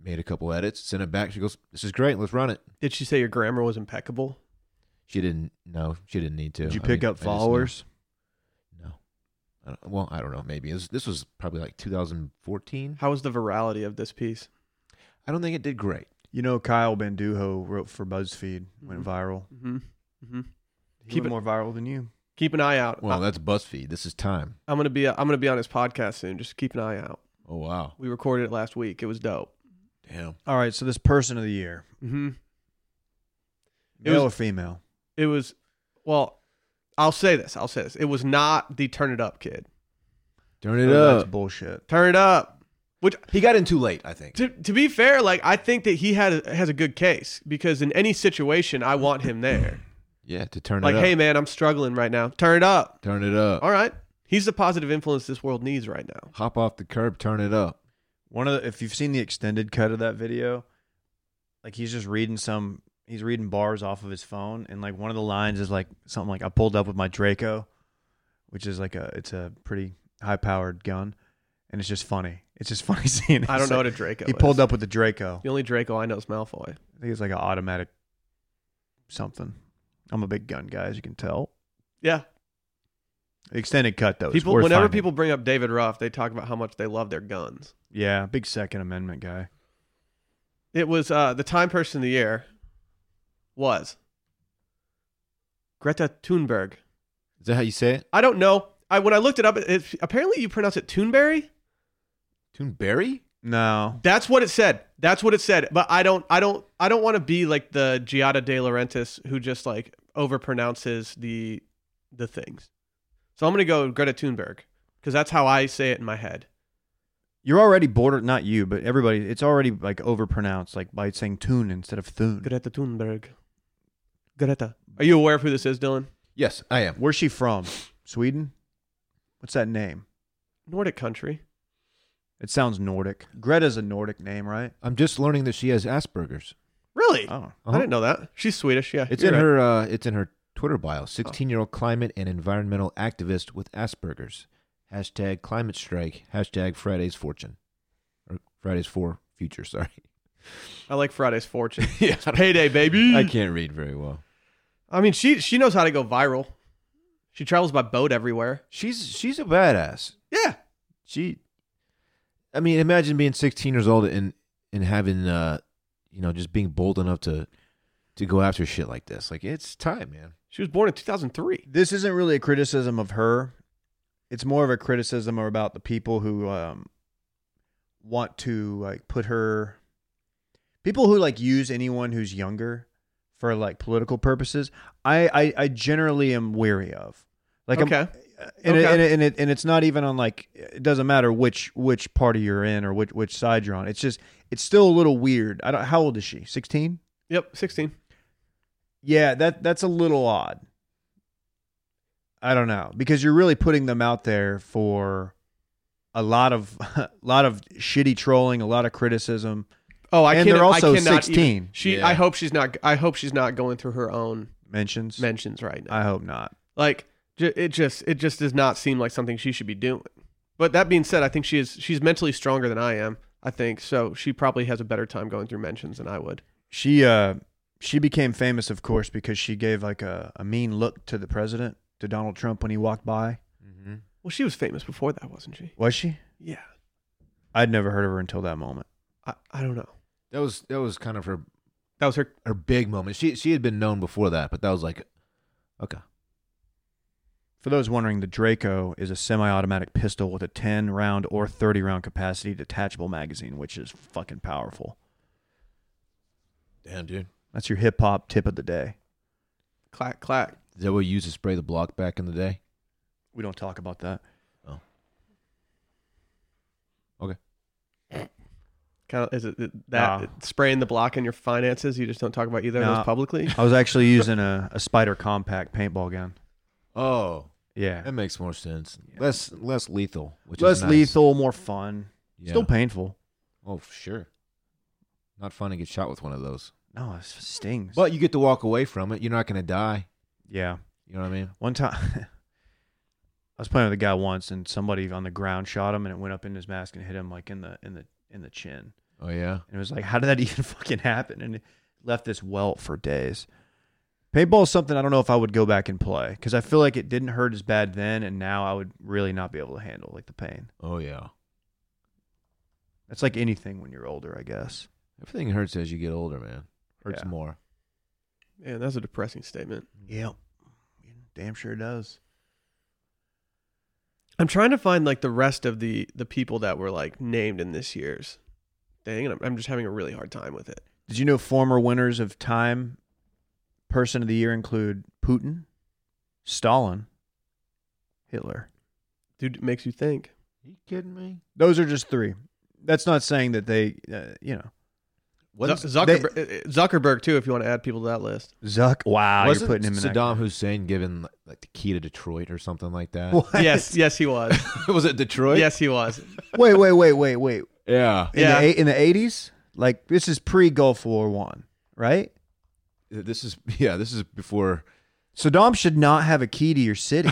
Speaker 3: Made a couple edits, sent it back. She goes, "This is great. Let's run it."
Speaker 1: did she say your grammar was impeccable?
Speaker 3: She didn't. No, she didn't need to.
Speaker 2: Did you
Speaker 3: I
Speaker 2: pick
Speaker 3: mean,
Speaker 2: up
Speaker 3: I just knew-
Speaker 2: followers?
Speaker 3: No. I don't, well, I don't know. Maybe this, this was probably like 2014.
Speaker 1: How was the virality of this piece?
Speaker 3: I don't think it did great.
Speaker 2: You know, Kyle Banduho wrote for BuzzFeed, went
Speaker 1: Mhm.
Speaker 2: viral.
Speaker 1: Mm-hmm. Mm-hmm.
Speaker 2: He
Speaker 1: Keep
Speaker 2: went more viral than you.
Speaker 1: Keep an eye out.
Speaker 3: Well, that's BuzzFeed. This is time.
Speaker 1: I, am gonna be. I'm gonna be on his podcast soon. Just keep an eye out.
Speaker 3: Oh wow,
Speaker 1: We recorded it last week. It was dope.
Speaker 3: damn.
Speaker 2: All right, so this person of the year,
Speaker 1: Mm-hmm. It
Speaker 2: male
Speaker 1: was-
Speaker 2: or female?
Speaker 1: it was well i'll say this i'll say this it was not the turn it up kid
Speaker 3: Turn it
Speaker 2: Oh,
Speaker 3: up.
Speaker 2: That's bullshit.
Speaker 1: turn it up which
Speaker 3: He got in too late, I think.
Speaker 1: to, to be fair like i think that he had has a good case because in any situation i want him there
Speaker 3: Yeah, to turn
Speaker 1: like
Speaker 3: it up.
Speaker 1: hey man i'm struggling right now turn it up
Speaker 3: turn it up.
Speaker 1: all right he's the positive influence this world needs right now
Speaker 3: Hop off the curb, turn it up.
Speaker 2: One of the, if you've seen the extended cut of that video, like he's just reading some, he's reading bars off of his phone, and like one of the lines is like something like, "I pulled up with my Draco," which is like a, it's a pretty high powered gun, and it's just funny. It's just funny seeing. It.
Speaker 1: i don't
Speaker 2: It's
Speaker 1: know
Speaker 2: like,
Speaker 1: what a draco
Speaker 2: He pulled
Speaker 1: is.
Speaker 2: up with the Draco.
Speaker 1: the only draco i know is malfoy
Speaker 2: I think it's like an automatic something. I'm a big gun guy, as you can tell.
Speaker 1: Yeah.
Speaker 2: The extended cut though. is
Speaker 1: People
Speaker 2: worth
Speaker 1: whenever
Speaker 2: finding.
Speaker 1: people bring up David Ruff, they talk about how much they love their guns.
Speaker 2: yeah, big Second Amendment guy.
Speaker 1: It was uh, the time person of the year was Greta Thunberg.
Speaker 3: Is that how you say it?
Speaker 1: I don't know. I when I looked it up, it, it- apparently you pronounce it Toonberry.
Speaker 3: Toonberry?
Speaker 2: No,
Speaker 1: That's what it said. That's what it said. But I don't. I don't. I don't want to be like the Giada De Laurentiis who just like overpronounces the the things. So I'm gonna go Greta Thunberg because that's how I say it in my head.
Speaker 2: you're already border. Not you, but everybody. It's already like overpronounced, like by saying "tune" instead of "thune."
Speaker 1: Greta Thunberg. Greta. Are you aware of who this is, Dylan?
Speaker 3: Yes, I am.
Speaker 2: Where's she from? Sweden. What's that name?
Speaker 1: Nordic country.
Speaker 2: It sounds Nordic. Greta's a Nordic name, right?
Speaker 3: I'm just learning that she has Asperger's.
Speaker 1: Really?
Speaker 2: Oh,
Speaker 1: I
Speaker 3: Uh-huh.
Speaker 1: didn't know that. She's Swedish. Yeah.
Speaker 3: It's
Speaker 1: you're
Speaker 3: in
Speaker 1: right. Oh.
Speaker 3: her. Uh, it's in her Twitter bio. Sixteen-year-old climate and environmental activist with Asperger's. Hashtag climate strike. Hashtag Friday's fortune, or Friday's for future. Sorry.
Speaker 1: I like Friday's fortune.
Speaker 3: yeah,
Speaker 1: Payday, baby.
Speaker 3: I can't read very well.
Speaker 1: I mean, she she knows how to go viral. She travels by boat everywhere.
Speaker 3: She's she's a badass.
Speaker 1: Yeah.
Speaker 3: She. I mean, imagine being sixteen years old and and having uh, you know, just being bold enough to to go after shit like this. Like it's time, man.
Speaker 1: She was born in 2003.
Speaker 2: this isn't really a criticism of her. It's more of a criticism about the people who um, want to like put her, people who like use anyone who's younger for like political purposes. I I, I generally am weary of. Like um, I'm-
Speaker 1: Okay.
Speaker 2: and, It,
Speaker 1: Okay.
Speaker 2: and, it, and it and it's not even on like it doesn't matter which which party you're in or which which side you're on. It's just it's still a little weird. I don't. How old is she? Sixteen.
Speaker 1: Yep, 16.
Speaker 2: Yeah, that that's a little odd. I don't know because you're really putting them out there for a lot of a lot of shitty trolling, a lot of criticism,
Speaker 1: Oh, I
Speaker 2: and
Speaker 1: can't.
Speaker 2: they're also
Speaker 1: I cannot
Speaker 2: sixteen.
Speaker 1: even- she.
Speaker 3: Yeah.
Speaker 1: I hope she's not. I hope she's not going through her own
Speaker 2: mentions.
Speaker 1: mentions right now.
Speaker 2: I hope not.
Speaker 1: Like ju- it just. It just does not seem like something she should be doing. But that being said, I think she is. She's mentally stronger than I am. I think so. She probably has a better time going through mentions than I would.
Speaker 2: She uh she became famous, of course, because she gave like a, a mean look to the president to Donald Trump when he walked by.
Speaker 3: Mm-hmm.
Speaker 1: Well, she was famous before that, wasn't she?
Speaker 2: Was she?
Speaker 1: Yeah.
Speaker 2: I'd never heard of her until that moment.
Speaker 1: I, I don't know.
Speaker 3: That was that was kind of her
Speaker 1: That was her.
Speaker 3: her big moment. She she had been known before that, but that was like, okay,
Speaker 2: For those wondering, the Draco is a semi-automatic pistol with a 10 round or 30 round capacity detachable magazine, which is fucking powerful.
Speaker 3: damn dude,
Speaker 2: That's your hip hop tip of the day.
Speaker 1: Clack clack.
Speaker 3: is that what you used to spray the block back in the day?
Speaker 2: We don't talk about that.
Speaker 1: Kind of is it it- that
Speaker 2: Nah.
Speaker 1: spraying the block in your finances? You just don't talk about either of
Speaker 2: Nah.
Speaker 1: those publicly.
Speaker 2: I was actually using a, a spider compact paintball gun.
Speaker 3: Oh,
Speaker 2: Yeah.
Speaker 3: that makes more sense. Less less lethal, which
Speaker 2: Less
Speaker 3: is nice.
Speaker 2: lethal, more fun.
Speaker 3: Yeah.
Speaker 2: Still painful.
Speaker 3: oh sure, not fun to get shot with one of those,
Speaker 2: No, it stings.
Speaker 3: but you get to walk away from it. You're not gonna die.
Speaker 2: yeah.
Speaker 3: You know what I mean?
Speaker 2: One time I was playing with a guy once and somebody on the ground shot him and it went up in his mask and hit him like in the in the in the chin.
Speaker 3: Oh yeah,
Speaker 2: And it was like, how did that even fucking happen? And it left this welt for days. Paintball is something I don't know if I would go back and play because I feel like it didn't hurt as bad then, and now I would really not be able to handle like the pain.
Speaker 3: oh yeah.
Speaker 2: That's like anything when you're older, I guess.
Speaker 3: Everything hurts as you get older, man. Hurts
Speaker 2: Yeah.
Speaker 3: more.
Speaker 1: Man, that's a depressing statement.
Speaker 2: Yep. Damn sure does.
Speaker 1: I'm trying to find like the rest of the the people that were like named in this year's thing, and I'm, I'm just having a really hard time with it.
Speaker 2: Did you know former winners of Time Person of the Year include Putin, Stalin, Hitler?
Speaker 1: Dude, it makes you think.
Speaker 3: you kidding me?
Speaker 2: Those are just three. That's not saying that they, uh, you know,
Speaker 3: What
Speaker 1: Zu- Zuckerberg, uh, Zuckerberg too, if you want to add people to that list.
Speaker 2: Zuck. Wow,
Speaker 3: wasn't
Speaker 2: Ah, you're putting him in that
Speaker 3: Saddam Hussein given like the key to Detroit or something like that?
Speaker 2: What?
Speaker 1: Yes, yes, he was.
Speaker 3: was it Detroit?
Speaker 1: Yes, he was.
Speaker 2: wait, wait, wait, wait, wait.
Speaker 3: Yeah.
Speaker 2: In
Speaker 1: Yeah.
Speaker 2: the the in the eighties, like this is pre Gulf War One, right?
Speaker 3: This is yeah. This is before.
Speaker 2: Saddam should not have a key to your city.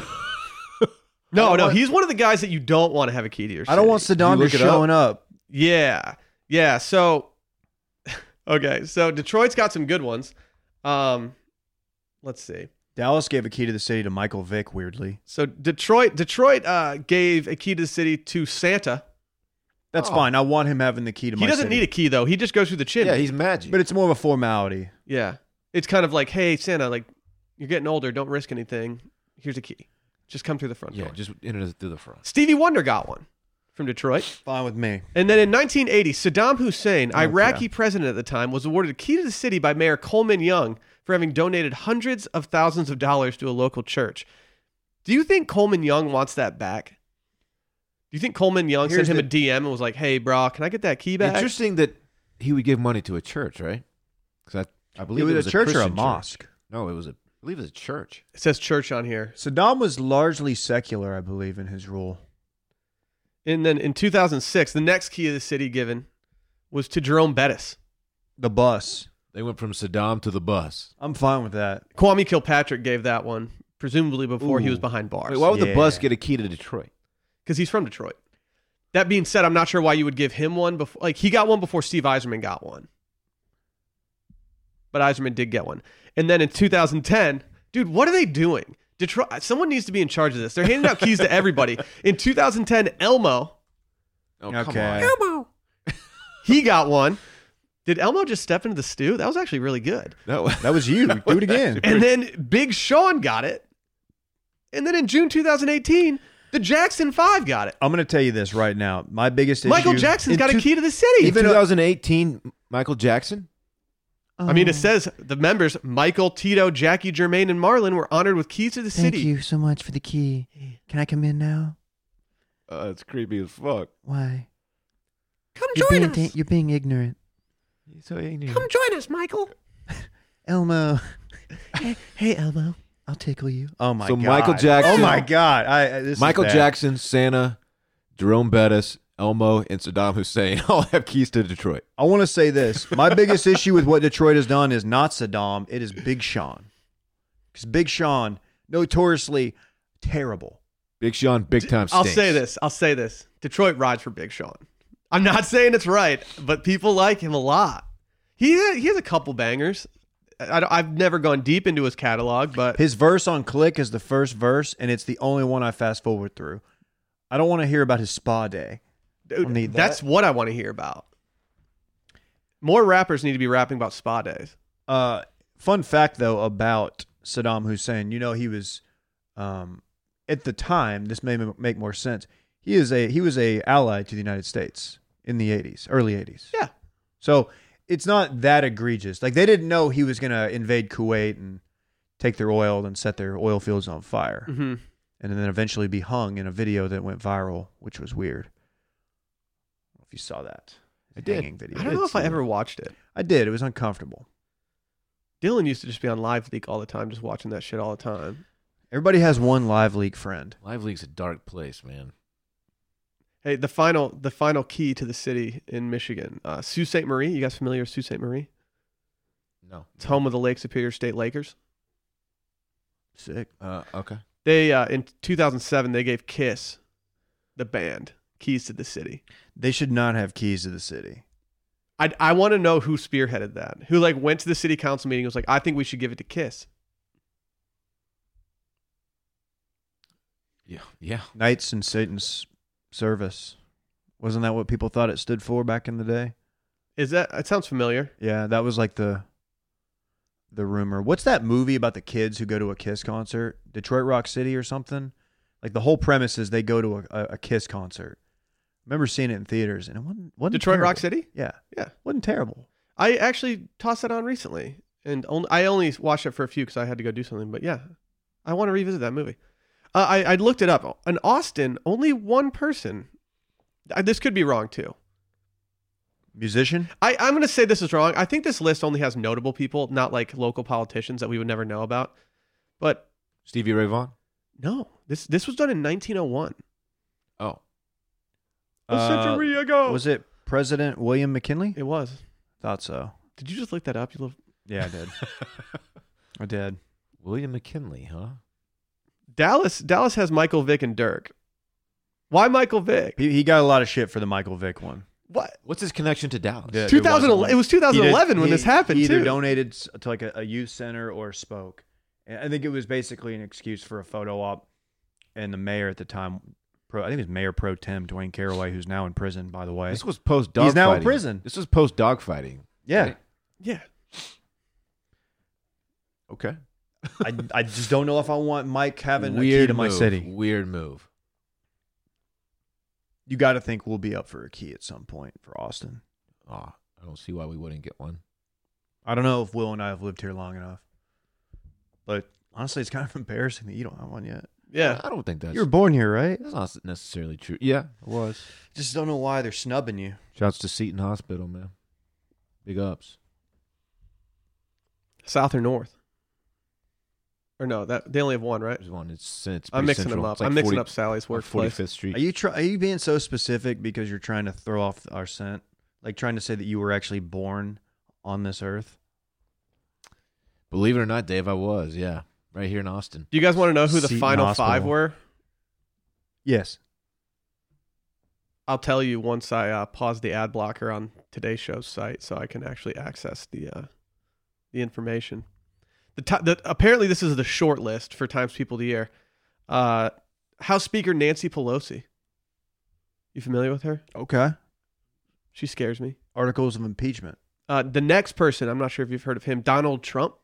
Speaker 1: No,
Speaker 2: don't
Speaker 1: no,
Speaker 2: want-
Speaker 1: he's one of the guys that you don't want to have a key to your.
Speaker 2: I don't
Speaker 1: city.
Speaker 2: want Saddam
Speaker 3: You
Speaker 2: just
Speaker 3: look it up?
Speaker 2: showing up.
Speaker 1: Yeah. Yeah. So, okay. So Detroit's got some good ones. Um, let's see.
Speaker 2: Dallas gave a key to the city to Michael Vick. Weirdly,
Speaker 1: So Detroit, Detroit uh, gave a key to the city to Santa.
Speaker 2: that's
Speaker 3: Oh.
Speaker 2: fine. I want him having the key to
Speaker 1: He
Speaker 2: my.
Speaker 1: doesn't
Speaker 2: city.
Speaker 1: need a key though. He just goes through the chimney.
Speaker 3: Yeah, he's magic.
Speaker 2: but it's more of a formality.
Speaker 1: Yeah. It's kind of like, hey, Santa, like, you're getting older. Don't risk anything. Here's a key. Just come through the front
Speaker 3: yeah,
Speaker 1: door.
Speaker 3: just enter through the front.
Speaker 1: Stevie Wonder got one from Detroit.
Speaker 2: Fine with me.
Speaker 1: And then in 1980, Saddam Hussein,
Speaker 2: Okay.
Speaker 1: Iraqi president at the time, was awarded a key to the city by Mayor Coleman Young for having donated hundreds of thousands of dollars to a local church. Do you think Coleman Young wants that back? Do you think Coleman Young
Speaker 2: Here's
Speaker 1: sent him
Speaker 2: the-
Speaker 1: a DM and was like, "Hey, brah, can I get that key back?"
Speaker 3: Interesting that he would give money to a church, right? Because I, I
Speaker 2: It was,
Speaker 3: believe it was
Speaker 2: a church or a
Speaker 3: Christian
Speaker 2: mosque.
Speaker 3: No, it was a, I believe it was a church.
Speaker 1: It says church on here.
Speaker 2: Saddam was largely secular, I believe, in his rule.
Speaker 1: And then in 2006, the next key of the city given was to Jerome Bettis.
Speaker 2: The bus.
Speaker 3: They went from Saddam to the bus.
Speaker 2: I'm fine with that.
Speaker 1: Kwame Kilpatrick gave that one, presumably before he
Speaker 2: Ooh.
Speaker 1: was behind bars,
Speaker 3: Wait, why would the bus
Speaker 2: Yeah.
Speaker 3: get a key to Detroit?
Speaker 1: because he's from Detroit. That being said, I'm not sure why you would give him one before. Like he got one before Steve Eiserman got one, but Eiserman did get one. And then in 2010, dude, what are they doing? Detroit. Someone needs to be in charge of this. They're handing out keys to everybody. In 2010, Elmo
Speaker 3: Oh,
Speaker 2: Okay.
Speaker 3: come on.
Speaker 1: he got one. Did Elmo just step into the stew? That was actually really good.
Speaker 3: That was,
Speaker 2: That was you. Do it again.
Speaker 1: And then Big Sean got it. And then in June 2018, the Jackson 5 got it.
Speaker 2: I'm going to tell you this right now. My biggest issue.
Speaker 1: Michael Jackson's
Speaker 3: in
Speaker 1: got a
Speaker 3: two-
Speaker 1: key to the city.
Speaker 3: even 2018, Michael Jackson.
Speaker 1: I mean,
Speaker 2: Oh,
Speaker 1: it says the members Michael, Tito, Jackie, Jermaine, and Marlon were honored with keys to the city.
Speaker 2: so much for the key. Can I come in now?
Speaker 3: Uh, it's creepy as fuck.
Speaker 2: Why?
Speaker 1: Come join us.
Speaker 2: you're being ignorant.
Speaker 3: So ignorant.
Speaker 1: Come join us, Michael.
Speaker 2: Oh, Elmo. hey, hey, Elmo. I'll tickle you. Oh, my
Speaker 3: So
Speaker 2: God.
Speaker 3: Michael Jackson-
Speaker 2: Oh, my God. I, I- this is
Speaker 3: Michael
Speaker 2: bad.
Speaker 3: Jackson, Santa, Jerome Bettis, Elmo, and Saddam Hussein all have keys to Detroit.
Speaker 2: I want to say this. My biggest issue with what Detroit has done is not Saddam, it is Big Sean. Because Big Sean, notoriously terrible.
Speaker 3: Big Sean, big time.
Speaker 1: I'll
Speaker 3: stinks.
Speaker 1: say this. I'll say this. Detroit rides for Big Sean. I'm not saying it's right, but people like him a lot. He, he has a couple bangers. I, I- I've never gone deep into his catalog, but
Speaker 2: His verse on Click is the first verse, and it's the only one I fast forward through. I don't want to hear about his spa day.
Speaker 1: Dude,
Speaker 2: need that.
Speaker 1: that's what I want to hear about. More rappers need to be rapping about spa days.
Speaker 2: Uh, fun fact, though, about Saddam Hussein. You know, he was, um, at the time, this may m- make more sense. He is a he was a ally to the United States in the '80s, early '80s.
Speaker 1: Yeah.
Speaker 2: So it's not that egregious. Like they didn't know he was going to invade Kuwait and take their oil and set their oil fields on fire,
Speaker 1: Mm-hmm.
Speaker 2: and then eventually be hung in a video that went viral, which was weird. I don't know if you saw that,
Speaker 3: I did.
Speaker 2: Hanging video.
Speaker 1: I don't know
Speaker 2: It's-
Speaker 1: if I ever watched it.
Speaker 2: I did. It was uncomfortable.
Speaker 1: Dylan used to just be on Live Leak all the time, just watching that shit all the time.
Speaker 2: Everybody has one live leak friend.
Speaker 3: Live League's a dark place, man.
Speaker 1: Hey, the final the final key to the city in Michigan, uh, Sault Ste. Marie. You guys familiar with Sault Ste. Marie?
Speaker 3: No.
Speaker 1: It's home of the Lake Superior State Lakers.
Speaker 2: Sick.
Speaker 3: Uh, okay.
Speaker 1: They uh, in 2007 they gave Kiss, the band, keys to the city.
Speaker 2: They should not have keys to the city.
Speaker 1: I I want to know who spearheaded that. Who like went to the city council meeting and was like, I think we should give it to Kiss.
Speaker 3: Yeah. Yeah.
Speaker 2: Knights in Satan's service. Wasn't that what people thought it stood for back in the day?
Speaker 1: Is that? It sounds familiar.
Speaker 2: Yeah, that was like the the rumor. What's that movie about the kids who go to a Kiss concert? Detroit Rock City or something? Like the whole premise is they go to a, a, a Kiss concert. I remember seeing it in theaters and it wasn't, wasn't
Speaker 1: Detroit Rock
Speaker 2: terrible.
Speaker 1: City?
Speaker 2: Yeah.
Speaker 1: Yeah.
Speaker 2: Wasn't terrible.
Speaker 1: I actually tossed that on recently, and on, I only watched it for a few because I had to go do something. But yeah, I want to revisit that movie. Uh, I I looked it up. In Austin, only one person. I, this could be wrong too.
Speaker 2: Musician?
Speaker 1: I, I'm going to say this is wrong. I think this list only has notable people, not like local politicians that we would never know about. But
Speaker 3: Stevie Ray Vaughan.
Speaker 1: no, this this was done in 1901.
Speaker 3: Oh,
Speaker 1: A century
Speaker 2: Uh,
Speaker 1: ago.
Speaker 2: was it President William McKinley?
Speaker 1: It was.
Speaker 2: Thought so.
Speaker 1: Did you just look that up? You little...
Speaker 2: Yeah, I did. I did.
Speaker 3: William McKinley, huh?
Speaker 1: Dallas. Dallas has Michael Vick and Dirk. Why Michael Vick?
Speaker 2: He, he got a lot of shit for the Michael Vick one.
Speaker 1: What?
Speaker 3: What's his connection to
Speaker 1: Oh,
Speaker 3: Dallas?
Speaker 2: Yeah. there
Speaker 1: 2011.
Speaker 2: wasn't
Speaker 1: It was
Speaker 2: He did-
Speaker 1: 2011 when
Speaker 2: he-
Speaker 1: this happened
Speaker 2: He either
Speaker 1: too.
Speaker 2: donated s- to like a, a youth center or spoke, And I think it was basically an excuse for a photo op. And the mayor at the time, pro, I think it was Mayor Pro Tem Dwayne Caraway, who's now in prison, by the way.
Speaker 3: This was post dog.
Speaker 2: He's now in prison.
Speaker 3: This was post dog fighting.
Speaker 2: Yeah,
Speaker 1: Yeah.
Speaker 3: Okay.
Speaker 2: I, I just don't know if I want Mike having a key
Speaker 3: Weird
Speaker 2: to my
Speaker 3: move.
Speaker 2: city.
Speaker 3: Weird move.
Speaker 2: You got to think we'll be up for a key at some point for Austin.
Speaker 3: Ah, I don't see why we wouldn't get one.
Speaker 2: I don't know if Will and I have lived here long enough, but honestly, it's kind of embarrassing that you don't have one yet.
Speaker 1: Yeah.
Speaker 3: I don't think that's
Speaker 2: You were born here, right?
Speaker 3: that's not necessarily true. Yeah, it was.
Speaker 2: Just don't know why they're snubbing you.
Speaker 3: Shouts to Seton Hospital, man. Big ups.
Speaker 1: South or north? Or no, that they only have one, right?
Speaker 3: There's one. It's, it's
Speaker 1: I'm
Speaker 3: pretty
Speaker 1: mixing
Speaker 3: central.
Speaker 1: them up.
Speaker 3: It's like
Speaker 1: I'm mixing
Speaker 3: 40
Speaker 1: up Sally's
Speaker 3: like
Speaker 1: workplace.
Speaker 3: 45th Street.
Speaker 2: Are you try? Are you being so specific because you're trying to throw off our scent, like trying to say that you were actually born on this earth?
Speaker 3: Believe it or not, Dave, I was. Yeah, right here in Austin.
Speaker 1: Do you guys want to know who the
Speaker 2: Seton
Speaker 1: final
Speaker 2: Hospital.
Speaker 1: five were?
Speaker 2: Yes.
Speaker 1: I'll tell you once I uh, pause the ad blocker on today's show's site, so I can actually access the uh, the information. The, ti the apparently this is the short list for times people of the year. Uh, House Speaker Nancy Pelosi. You familiar with her?
Speaker 2: Okay.
Speaker 1: She scares me.
Speaker 2: Articles of impeachment.
Speaker 1: Uh, the next person, I'm not sure if you've heard of him, Donald Trump,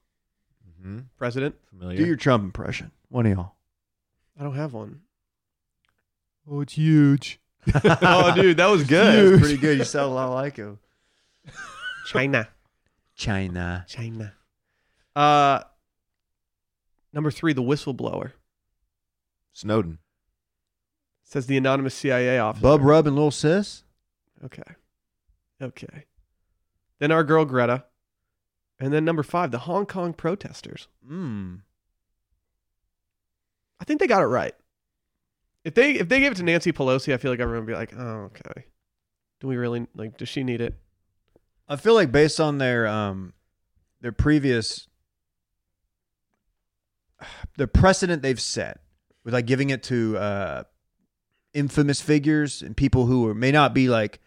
Speaker 3: hmm
Speaker 1: president.
Speaker 3: Familiar.
Speaker 2: Do your Trump impression. One of y'all.
Speaker 1: I don't have one.
Speaker 2: Oh, it's huge.
Speaker 1: oh, dude, that was
Speaker 2: That was
Speaker 1: good.
Speaker 2: pretty good. You sound a lot like him.
Speaker 1: China.
Speaker 2: China.
Speaker 1: China. Uh, number three, the whistleblower
Speaker 3: Snowden.
Speaker 1: says the anonymous CIA officer.
Speaker 2: Bub Rub and Little Sis.
Speaker 1: Okay, okay. Then our girl Greta, and then number five, the Hong Kong protesters.
Speaker 2: Mm.
Speaker 1: I think they got it right. If they if they gave it to Nancy Pelosi, I feel like everyone would be like, oh, okay. Do we really like? Does she need it?
Speaker 2: I feel like based on their um their previous the precedent they've set with like giving it to uh infamous figures and people who are, may not be like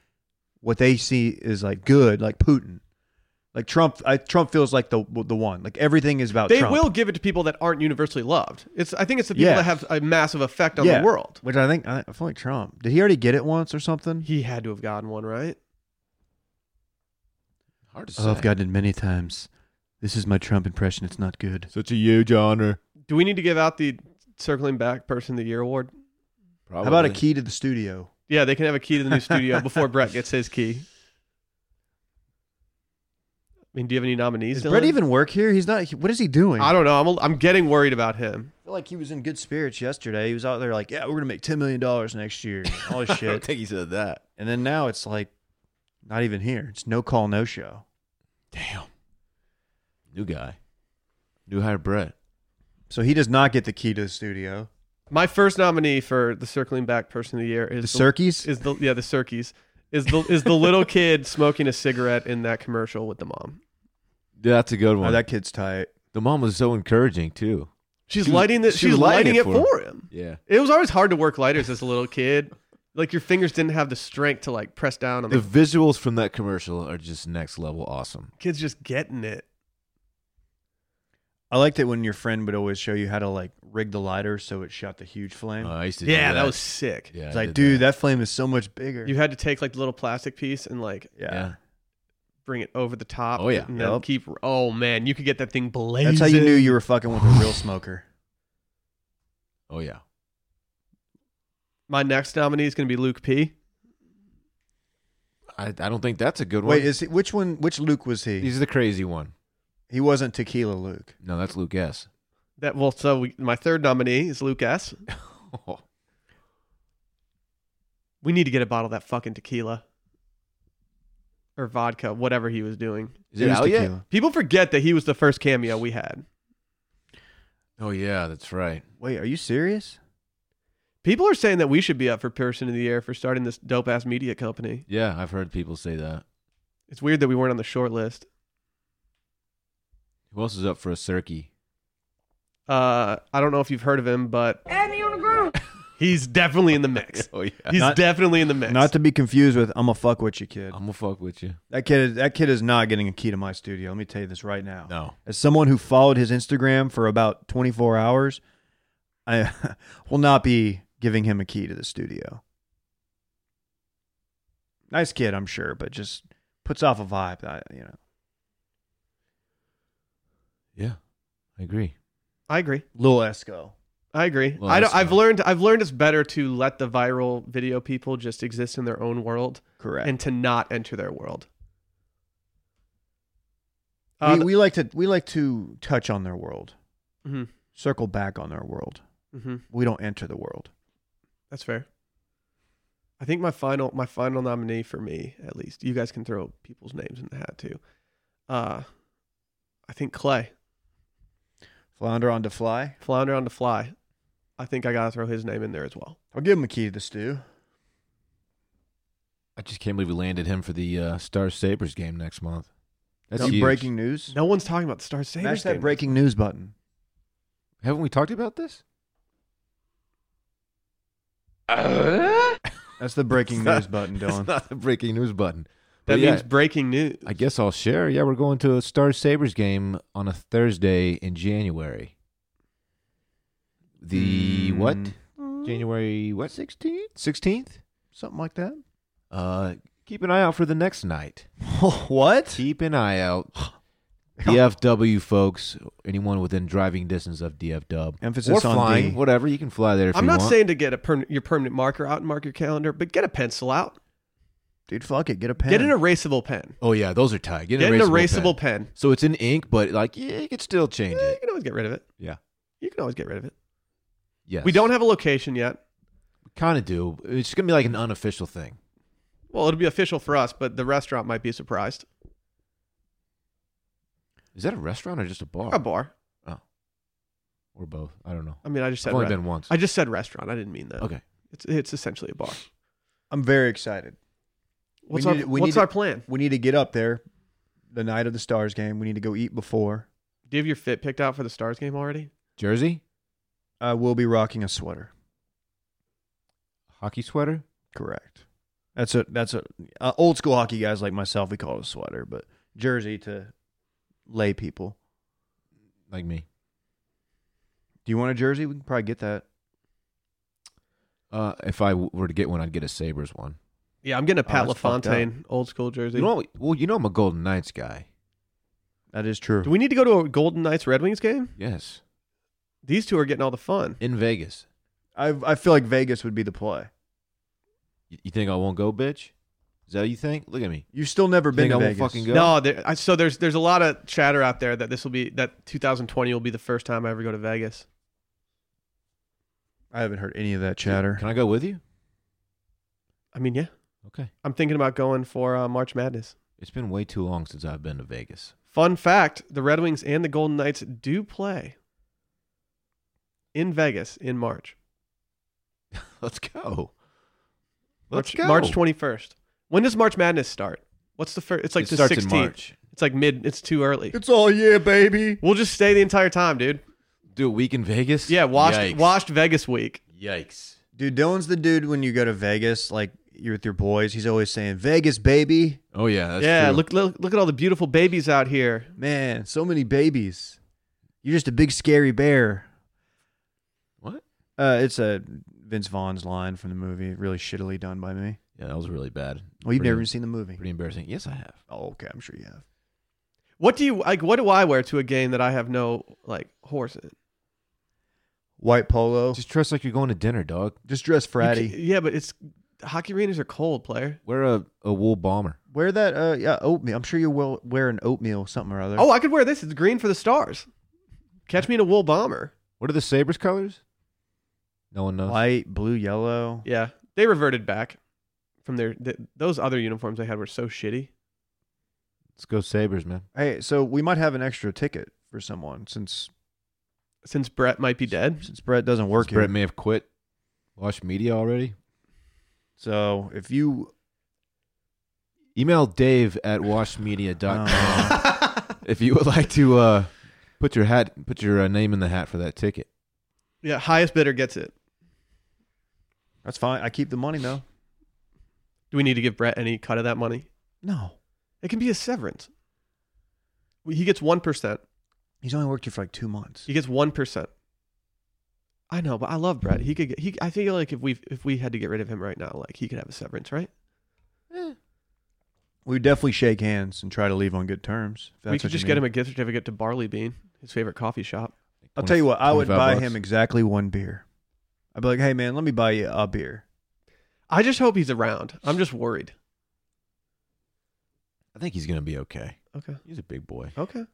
Speaker 2: what they see is like good like Putin. Like Trump I Trump feels like the the one. Like everything is about
Speaker 1: They
Speaker 2: Oh, Trump.
Speaker 1: will give it to people that aren't universally loved. It's I think it's the people
Speaker 2: Yeah.
Speaker 1: that have a massive effect on
Speaker 2: Yeah.
Speaker 1: the world.
Speaker 2: which I think I I feel like Trump. Did he already get it once or something?
Speaker 1: He had to have gotten one right.
Speaker 3: Hard to say.
Speaker 2: Oh, I've gotten it many times. This is my Trump impression. It's not good.
Speaker 3: Such a huge honor.
Speaker 1: Do we need to give out the circling back person of the year award?
Speaker 3: Probably.
Speaker 2: How about a key to the studio?
Speaker 1: Yeah, they can have a key to the new studio before Brett gets his key. I mean, do you have any nominees?
Speaker 2: Does
Speaker 1: Dylan?
Speaker 2: Brett even work here? He's not. he- What is he doing?
Speaker 1: I don't know. I'm a, I'm getting worried about him.
Speaker 2: feel like he was in good spirits yesterday. He was out there like, "Yeah, we're gonna make ten million dollars next year." and All this
Speaker 3: I don't
Speaker 2: shit.
Speaker 3: think he said that.
Speaker 2: and then now it's like, not even here. It's no call, no show.
Speaker 3: Damn. New guy. New hire Brett.
Speaker 2: So he does not get the key to the studio.
Speaker 1: My first nominee for the circling back person of the year
Speaker 2: The
Speaker 1: is
Speaker 2: Cirques.
Speaker 1: is the yeah the Cirques is the is the little kid smoking a cigarette in that commercial with the mom.
Speaker 3: Yeah, that's a good
Speaker 2: Oh,
Speaker 3: one.
Speaker 2: that kid's tight.
Speaker 3: the mom was so encouraging too.
Speaker 1: She's
Speaker 3: She was-
Speaker 1: lighting it.
Speaker 3: she
Speaker 1: She's
Speaker 3: was
Speaker 1: lighting,
Speaker 3: lighting
Speaker 1: it
Speaker 3: it
Speaker 1: for, him.
Speaker 3: Yeah.
Speaker 1: It was always hard to work lighters as a little kid. Like your fingers didn't have the strength to like press down on
Speaker 3: The
Speaker 1: the
Speaker 3: visuals from that commercial are just next level awesome.
Speaker 1: kids just getting it.
Speaker 2: I liked it when your friend would always show you how to like rig the lighter so it shot the huge flame.
Speaker 3: Uh, I used to. do
Speaker 1: Yeah,
Speaker 3: that.
Speaker 1: that was sick.
Speaker 3: Yeah,
Speaker 2: it's
Speaker 3: I
Speaker 2: like,
Speaker 3: did
Speaker 2: dude, that. flame is so much bigger.
Speaker 1: You had to take like the little plastic piece and like
Speaker 2: yeah.
Speaker 3: Yeah.
Speaker 1: bring it over the top.
Speaker 3: Oh, yeah.
Speaker 1: and then
Speaker 2: Yep.
Speaker 1: keep. Oh man, you could get that thing blazing.
Speaker 2: That's how you knew you were fucking with a real smoker.
Speaker 3: Oh yeah.
Speaker 1: My next nominee is going to be Luke P.
Speaker 3: I, I don't think that's a good one.
Speaker 2: Wait, is he, which one? Which Luke was he?
Speaker 3: he's the crazy one?
Speaker 2: he wasn't Tequila Luke.
Speaker 3: No, that's Luke S.
Speaker 1: That well, so we, my third nominee is Luke S. We need to get a bottle of that fucking tequila or vodka, whatever he was doing.
Speaker 3: Is it
Speaker 2: was
Speaker 3: out yet?
Speaker 2: tequila.
Speaker 1: People forget that he was the first cameo we had.
Speaker 3: Oh yeah, that's right.
Speaker 2: Wait, are you serious?
Speaker 1: People are saying that we should be up for person of the year for starting this dope ass media company.
Speaker 3: Yeah, I've heard people say that.
Speaker 1: It's weird that we weren't on the short list.
Speaker 3: Who else is up for a cirky?
Speaker 1: Uh, I don't know if you've heard of him, but
Speaker 4: Add me on the ground.
Speaker 1: He's definitely in the mix.
Speaker 3: Oh yeah.
Speaker 1: He's
Speaker 2: Not-
Speaker 1: definitely in the mix.
Speaker 2: Not to be confused with "I'm a fuck with you, kid."
Speaker 3: I'm gonna fuck with you.
Speaker 2: That kid, is, that kid is not getting a key to my studio. Let me tell you this right now.
Speaker 3: No.
Speaker 2: As someone who followed his Instagram for about 24 hours, I will not be giving him a key to the studio. Nice kid, I'm sure, but just puts off a vibe that you know.
Speaker 3: Yeah, I agree.
Speaker 1: I agree.
Speaker 2: Lil Esco.
Speaker 1: I agree.
Speaker 3: Well,
Speaker 1: I don't,
Speaker 3: that's
Speaker 1: I've
Speaker 3: not-
Speaker 1: learned. I've learned it's better to let the viral video people just exist in their own world
Speaker 2: Correct.
Speaker 1: and to not enter their world. Uh,
Speaker 2: we, we like to we like to touch on their world,
Speaker 1: Mhm,
Speaker 2: circle back on their world.
Speaker 1: mhm.
Speaker 2: We don't enter the world.
Speaker 1: That's fair. I think my final my final nominee for me, at least, you guys can throw people's names in the hat too. Uh, I think Clay
Speaker 2: Flounder on to fly.
Speaker 1: Flounder on the fly. I think I gotta throw his name in there as well.
Speaker 2: I'll give him a key to the stew.
Speaker 3: I just can't believe we landed him for the uh, Star Sabers game next month. That's
Speaker 2: Some
Speaker 3: huge.
Speaker 2: breaking news.
Speaker 1: No one's talking about the Star Sabres.
Speaker 2: Smash that
Speaker 1: game.
Speaker 2: breaking news button.
Speaker 3: Haven't we talked about this?
Speaker 2: That's the breaking
Speaker 3: It's not-
Speaker 2: news button,
Speaker 3: It's
Speaker 2: Dylan.
Speaker 3: not the breaking news button.
Speaker 1: That
Speaker 3: But yeah,
Speaker 1: means breaking news.
Speaker 3: I guess I'll share. Yeah, we're going to a Star Sabers game on a Thursday in January. The what?
Speaker 2: Mm,
Speaker 3: January what? Sixteenth. Sixteenth.
Speaker 2: Something like that.
Speaker 3: Uh, keep an eye out for the next night.
Speaker 2: what?
Speaker 3: Keep an eye out. DFW folks, anyone within driving distance of DFW
Speaker 2: Emphasis
Speaker 3: or
Speaker 2: on
Speaker 3: flying,
Speaker 2: D.
Speaker 3: whatever you can fly there. If
Speaker 1: I'm
Speaker 3: you
Speaker 1: not
Speaker 3: want.
Speaker 1: saying to get a per- your permanent marker out and mark your calendar, but get a pencil out.
Speaker 2: Dude, fuck it. Get a pen.
Speaker 1: Get an erasable pen.
Speaker 3: Oh yeah, those are tight. Get,
Speaker 1: Get an erasable
Speaker 3: pen.
Speaker 1: pen.
Speaker 3: So it's in ink, but like yeah, you could still change
Speaker 1: Eh, you
Speaker 3: it.
Speaker 1: can always get rid of it.
Speaker 3: Yeah.
Speaker 1: You can always get rid of it.
Speaker 3: Yes,
Speaker 1: We don't have a location yet.
Speaker 3: kind of do. It's gonna be like an unofficial thing.
Speaker 1: Well, it'll be official for us, but the restaurant might be surprised.
Speaker 3: Is that a restaurant or just a bar?
Speaker 1: A bar.
Speaker 3: or both? I don't know.
Speaker 1: I mean, I just
Speaker 3: I've
Speaker 1: said
Speaker 3: only
Speaker 1: re-
Speaker 3: been once.
Speaker 1: I just said restaurant. I didn't mean that.
Speaker 3: okay.
Speaker 1: It's it's essentially a bar.
Speaker 2: I'm very excited.
Speaker 1: What's
Speaker 2: need
Speaker 1: our
Speaker 2: to- we
Speaker 1: what's
Speaker 2: need to-
Speaker 1: our plan?
Speaker 2: We need to get up there the night of the Stars game. We need to go eat before.
Speaker 1: Do you have your fit picked out for the Stars game already?
Speaker 3: Jersey,
Speaker 2: I will be rocking a sweater.
Speaker 3: hockey sweater.
Speaker 2: Correct. That's a that's a uh, old school hockey guys like myself. We call it a sweater, but jersey to lay people.
Speaker 3: Like me.
Speaker 2: Do you want a jersey? We can probably get that.
Speaker 3: Uh, if I w- were to get one, I'd get a Sabres one.
Speaker 1: Yeah, I'm getting a
Speaker 3: Oh,
Speaker 1: Pat
Speaker 2: that's fucked
Speaker 1: LaFontaine old school jersey.
Speaker 3: You know, well, you know I'm a Golden Knights guy.
Speaker 2: That is true.
Speaker 1: Do we need to go to a Golden Knights Red Wings game?
Speaker 3: Yes,
Speaker 1: These two are getting all the fun.
Speaker 3: in Vegas.
Speaker 2: I I feel like Vegas would be the play.
Speaker 3: You, you think I won't go, bitch? Is that what you think? Look at me.
Speaker 2: You've still never been
Speaker 3: Think
Speaker 2: to
Speaker 3: I won't
Speaker 2: Vegas.
Speaker 3: fucking go?
Speaker 1: No, there, I, so there's there's a lot of chatter out there that this will be that 2020 will be the first time I ever go to Vegas.
Speaker 2: I haven't heard any of that chatter.
Speaker 3: Can I go with you?
Speaker 1: I mean, yeah,
Speaker 3: Okay.
Speaker 1: I'm thinking about going for uh, March Madness.
Speaker 3: It's been way too long since I've been to Vegas.
Speaker 1: Fun fact: the Red Wings and the Golden Knights do play in Vegas in March,
Speaker 3: Let's go.
Speaker 1: March, March 21st. When does March Madness start? What's the first? It's like
Speaker 3: it
Speaker 1: the
Speaker 3: starts
Speaker 1: 16th.
Speaker 3: in March.
Speaker 1: It's like mid. It's too early.
Speaker 2: It's all yeah, baby.
Speaker 1: We'll just stay the entire time, dude.
Speaker 3: Do a week in Vegas?
Speaker 1: Yeah, washed
Speaker 3: Yikes.
Speaker 1: washed Vegas week.
Speaker 3: Yikes.
Speaker 2: Dude, Dylan's the dude when you go to Vegas, like you're with your boys. He's always saying, Vegas, baby.
Speaker 3: Oh yeah. That's
Speaker 1: yeah,
Speaker 3: true.
Speaker 1: look, look look at all the beautiful babies out here.
Speaker 2: Man, so many babies. You're just a big scary bear.
Speaker 3: What?
Speaker 2: Uh, it's a Vince Vaughn's line from the movie, really shittily done by me.
Speaker 3: Yeah, that was really bad.
Speaker 2: Well, you've
Speaker 3: Pretty-
Speaker 2: never even seen the movie.
Speaker 3: Pretty embarrassing. Yes, I have.
Speaker 2: Oh, okay, I'm sure you have.
Speaker 1: What do you like? What do I wear to a game that I have no like horse in?
Speaker 2: White polo, just,
Speaker 3: Just dress like you're going to dinner, dog.
Speaker 2: dress
Speaker 1: You
Speaker 2: fratty.
Speaker 1: ca- Yeah, but it's hockey arenas are cold, player.
Speaker 3: Wear a, a wool bomber.
Speaker 2: Wear that, uh, yeah, oatmeal. I'm sure you will wear an oatmeal, something or other.
Speaker 1: Oh, I could wear this. It's green for the stars. Catch me in a wool bomber.
Speaker 3: What are the Sabres colors? No one knows.
Speaker 2: white, blue, yellow.
Speaker 1: Yeah, they reverted back from their th- those other uniforms they had were so shitty.
Speaker 3: Let's go Sabres, man.
Speaker 2: Hey, so we might have an extra ticket for someone since
Speaker 1: Since Brett might be dead,
Speaker 2: since Brett doesn't work here.
Speaker 3: Brett may have quit. Wash media already.
Speaker 2: So if you
Speaker 3: Email Dave at washmedia.com
Speaker 2: Uh,
Speaker 3: if you would like to uh, put your hat, put your uh, name in the hat for that ticket.
Speaker 1: yeah, highest bidder gets it.
Speaker 2: That's fine. I keep the money though.
Speaker 1: Do we need to give Brett any cut of that money?
Speaker 2: No,
Speaker 1: It can be a severance. Well, He gets one percent.
Speaker 2: he's only worked here for like two months.
Speaker 1: He gets one percent. I know, but I love Brett. He could. Get, he. I feel like if we if we had to get rid of him right now, like he could have a severance, right?
Speaker 2: We would definitely shake hands and try to leave on good terms. if
Speaker 1: we
Speaker 2: that's
Speaker 1: could
Speaker 2: what
Speaker 1: just
Speaker 2: you
Speaker 1: get
Speaker 2: mean.
Speaker 1: him a gift certificate to Barley Bean, his favorite coffee shop.
Speaker 2: I'll tell you what, I would
Speaker 3: 25
Speaker 2: buy
Speaker 3: bucks.
Speaker 2: him exactly one beer. I'd be like, hey man, let me buy you a beer.
Speaker 1: I just hope he's around. I'm just worried.
Speaker 3: I think he's gonna be okay.
Speaker 1: Okay.
Speaker 3: He's a big boy.
Speaker 1: Okay.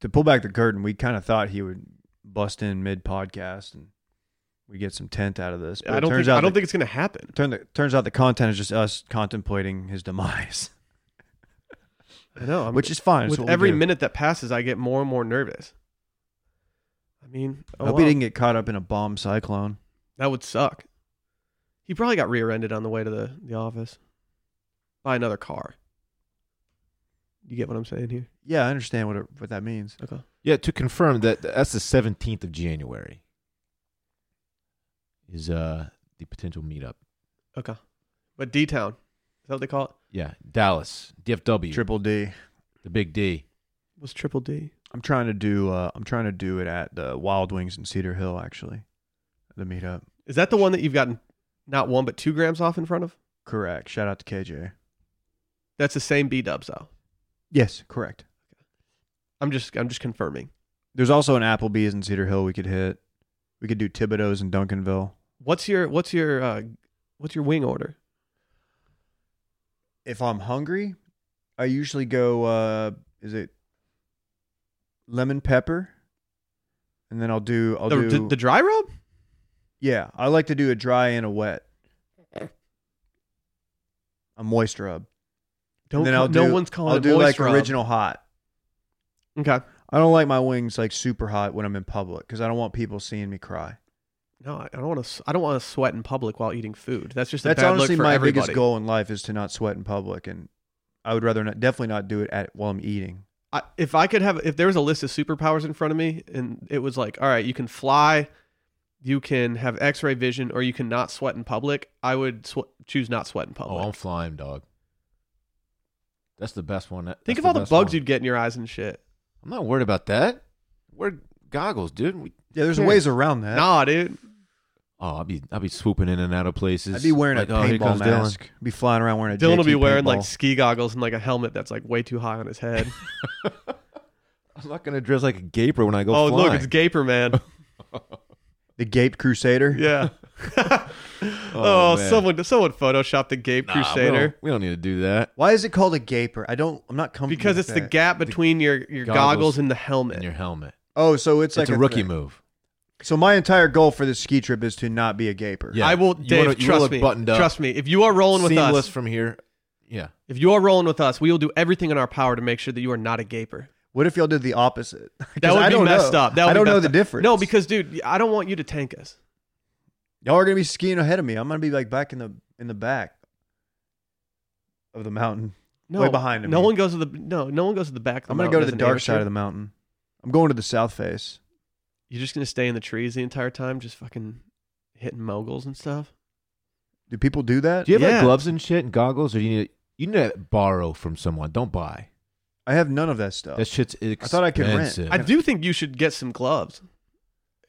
Speaker 2: To pull back the curtain, we kind of thought he would bust in mid podcast and we get some tent out of this. But
Speaker 1: I
Speaker 2: it
Speaker 1: don't
Speaker 2: turns
Speaker 1: think.
Speaker 2: out
Speaker 1: I don't
Speaker 2: the,
Speaker 1: think it's gonna happen.
Speaker 2: turn the, turns out the content is just us contemplating his demise,
Speaker 1: I know. I'm,
Speaker 2: which is fine. It's what
Speaker 1: with
Speaker 2: we
Speaker 1: every
Speaker 2: do.
Speaker 1: minute that passes, I get more and more nervous. I mean,
Speaker 2: I
Speaker 1: oh,
Speaker 2: hope
Speaker 1: well.
Speaker 2: he didn't get caught up in a bomb cyclone.
Speaker 1: that would suck. He probably got rear-ended on the way to the, the office by another car. You get what I'm saying here?
Speaker 2: Yeah, I understand what it, what that means.
Speaker 1: Okay.
Speaker 3: Yeah, to confirm that that's the seventeenth of January. Is uh the potential meetup?
Speaker 1: Okay. But D Town, is that what they call it?
Speaker 3: Yeah, Dallas, DFW,
Speaker 2: Triple D.
Speaker 3: the Big D.
Speaker 1: Was Triple D?
Speaker 2: I'm trying to do. Uh, I'm trying to do it at the Wild Wings in Cedar Hill, actually, the meetup.
Speaker 1: Is that the one that you've gotten not one but two grams off in front of?
Speaker 2: Correct. Shout out to KJ.
Speaker 1: That's the same B Dubs though.
Speaker 2: Yes, correct.
Speaker 1: I'm just I'm just confirming.
Speaker 2: There's also an Applebee's in Cedar Hill we could hit. We could do Thibodeau's in Duncanville.
Speaker 1: What's your what's your uh what's your wing order?
Speaker 2: If I'm hungry, I usually go. Uh, is it lemon pepper? And then I'll do. I'll
Speaker 1: The,
Speaker 2: do.
Speaker 1: the, the dry rub?
Speaker 2: yeah, I like to do a dry and a wet. A moist rub.
Speaker 1: Don't
Speaker 2: then
Speaker 1: call-
Speaker 2: I'll
Speaker 1: no
Speaker 2: do-
Speaker 1: one's calling
Speaker 2: I'll
Speaker 1: it
Speaker 2: do
Speaker 1: moist
Speaker 2: like
Speaker 1: rub.
Speaker 2: original hot.
Speaker 1: Okay.
Speaker 2: I don't like my wings like super hot when I'm in public because I don't want people seeing me cry.
Speaker 1: No, I I don't want to. I don't want to sweat in public while eating food. That's just a
Speaker 2: That's
Speaker 1: bad
Speaker 2: honestly
Speaker 1: look for
Speaker 2: my
Speaker 1: everybody.
Speaker 2: biggest goal in life is to not sweat in public, and I would rather not, definitely not do it at while I'm eating.
Speaker 1: I, if I could have, if there was a list of superpowers in front of me, and it was like, all right, you can fly, you can have X-ray vision, or you can not sweat in public, I would sw- choose not sweat in
Speaker 3: Oh,
Speaker 1: public.
Speaker 3: I'm flying, dog. That's the best one. That-
Speaker 1: Think
Speaker 3: that's
Speaker 1: of all the
Speaker 3: best
Speaker 1: bugs
Speaker 3: one.
Speaker 1: you'd get in your eyes and shit.
Speaker 3: I'm not worried about that. Wear goggles, dude. We,
Speaker 2: Yeah, there's
Speaker 3: Yeah.
Speaker 2: ways around that.
Speaker 1: Nah, dude.
Speaker 3: oh, I'll be I'll be swooping in and out of places.
Speaker 2: I'd be wearing
Speaker 3: Like,
Speaker 2: a
Speaker 3: oh, here
Speaker 2: paintball
Speaker 3: comes Dylan.
Speaker 2: mask. Be flying around wearing a.
Speaker 1: Dylan will
Speaker 2: JT
Speaker 1: be wearing like
Speaker 2: paintball.
Speaker 1: ski goggles and like a helmet that's like way too high on his head.
Speaker 3: I'm not gonna dress like a gaper when I go.
Speaker 1: oh, look,
Speaker 3: flying.
Speaker 1: it's Gaper Man.
Speaker 2: the Gape Crusader.
Speaker 1: Yeah. oh,
Speaker 3: man.
Speaker 1: someone someone photoshopped the Gape
Speaker 3: Nah, we don't-
Speaker 1: Crusader.
Speaker 3: We don't, need to do that.
Speaker 2: Why is it called a Gaper? I don't. I'm not comfortable
Speaker 1: because
Speaker 2: with
Speaker 1: it's the
Speaker 2: that.
Speaker 1: gap between your, your
Speaker 3: goggles
Speaker 1: goggles, and the helmet.
Speaker 3: In your helmet.
Speaker 2: Oh, so it's,
Speaker 3: It's,
Speaker 2: like
Speaker 3: a, rookie
Speaker 2: threat.
Speaker 3: move.
Speaker 2: So my entire goal for this ski trip is to not be a Gaper.
Speaker 3: Yeah.
Speaker 1: I will,
Speaker 3: You
Speaker 1: Dave.
Speaker 3: wanna- you wanna
Speaker 1: trust
Speaker 3: look
Speaker 1: me.
Speaker 3: buttoned up.
Speaker 1: Trust me. If you are rolling with
Speaker 3: Seamless
Speaker 1: us,
Speaker 3: from here. Yeah.
Speaker 1: if you are rolling with us, we will do everything in our power to make sure that you are not a gaper.
Speaker 2: What if y'all did the opposite? 'Cause
Speaker 1: That would
Speaker 2: I
Speaker 1: be
Speaker 2: don't
Speaker 1: messed
Speaker 2: know.
Speaker 1: up. That would
Speaker 2: I
Speaker 1: be
Speaker 2: don't know
Speaker 1: messed
Speaker 2: the
Speaker 1: up.
Speaker 2: difference.
Speaker 1: No, because dude, I don't want you to tank us.
Speaker 2: Y'all are gonna be skiing ahead of me. I'm gonna be like back in the in the back of the mountain.
Speaker 1: No,
Speaker 2: Way behind
Speaker 1: No
Speaker 2: me.
Speaker 1: one goes to the no. No one goes to the back. Of the
Speaker 2: I'm gonna go to the dark side of the mountain. I'm going to the south face.
Speaker 1: You're just gonna stay in the trees the entire time, just fucking hitting moguls and stuff.
Speaker 2: Do people do that?
Speaker 3: Do you have
Speaker 1: Yeah.
Speaker 3: like gloves and shit and goggles, or you need to, you need to borrow from someone? Don't buy.
Speaker 2: I have none of that stuff.
Speaker 3: That shit's expensive.
Speaker 2: thought Oh. I could rent.
Speaker 1: I do think you should get some gloves.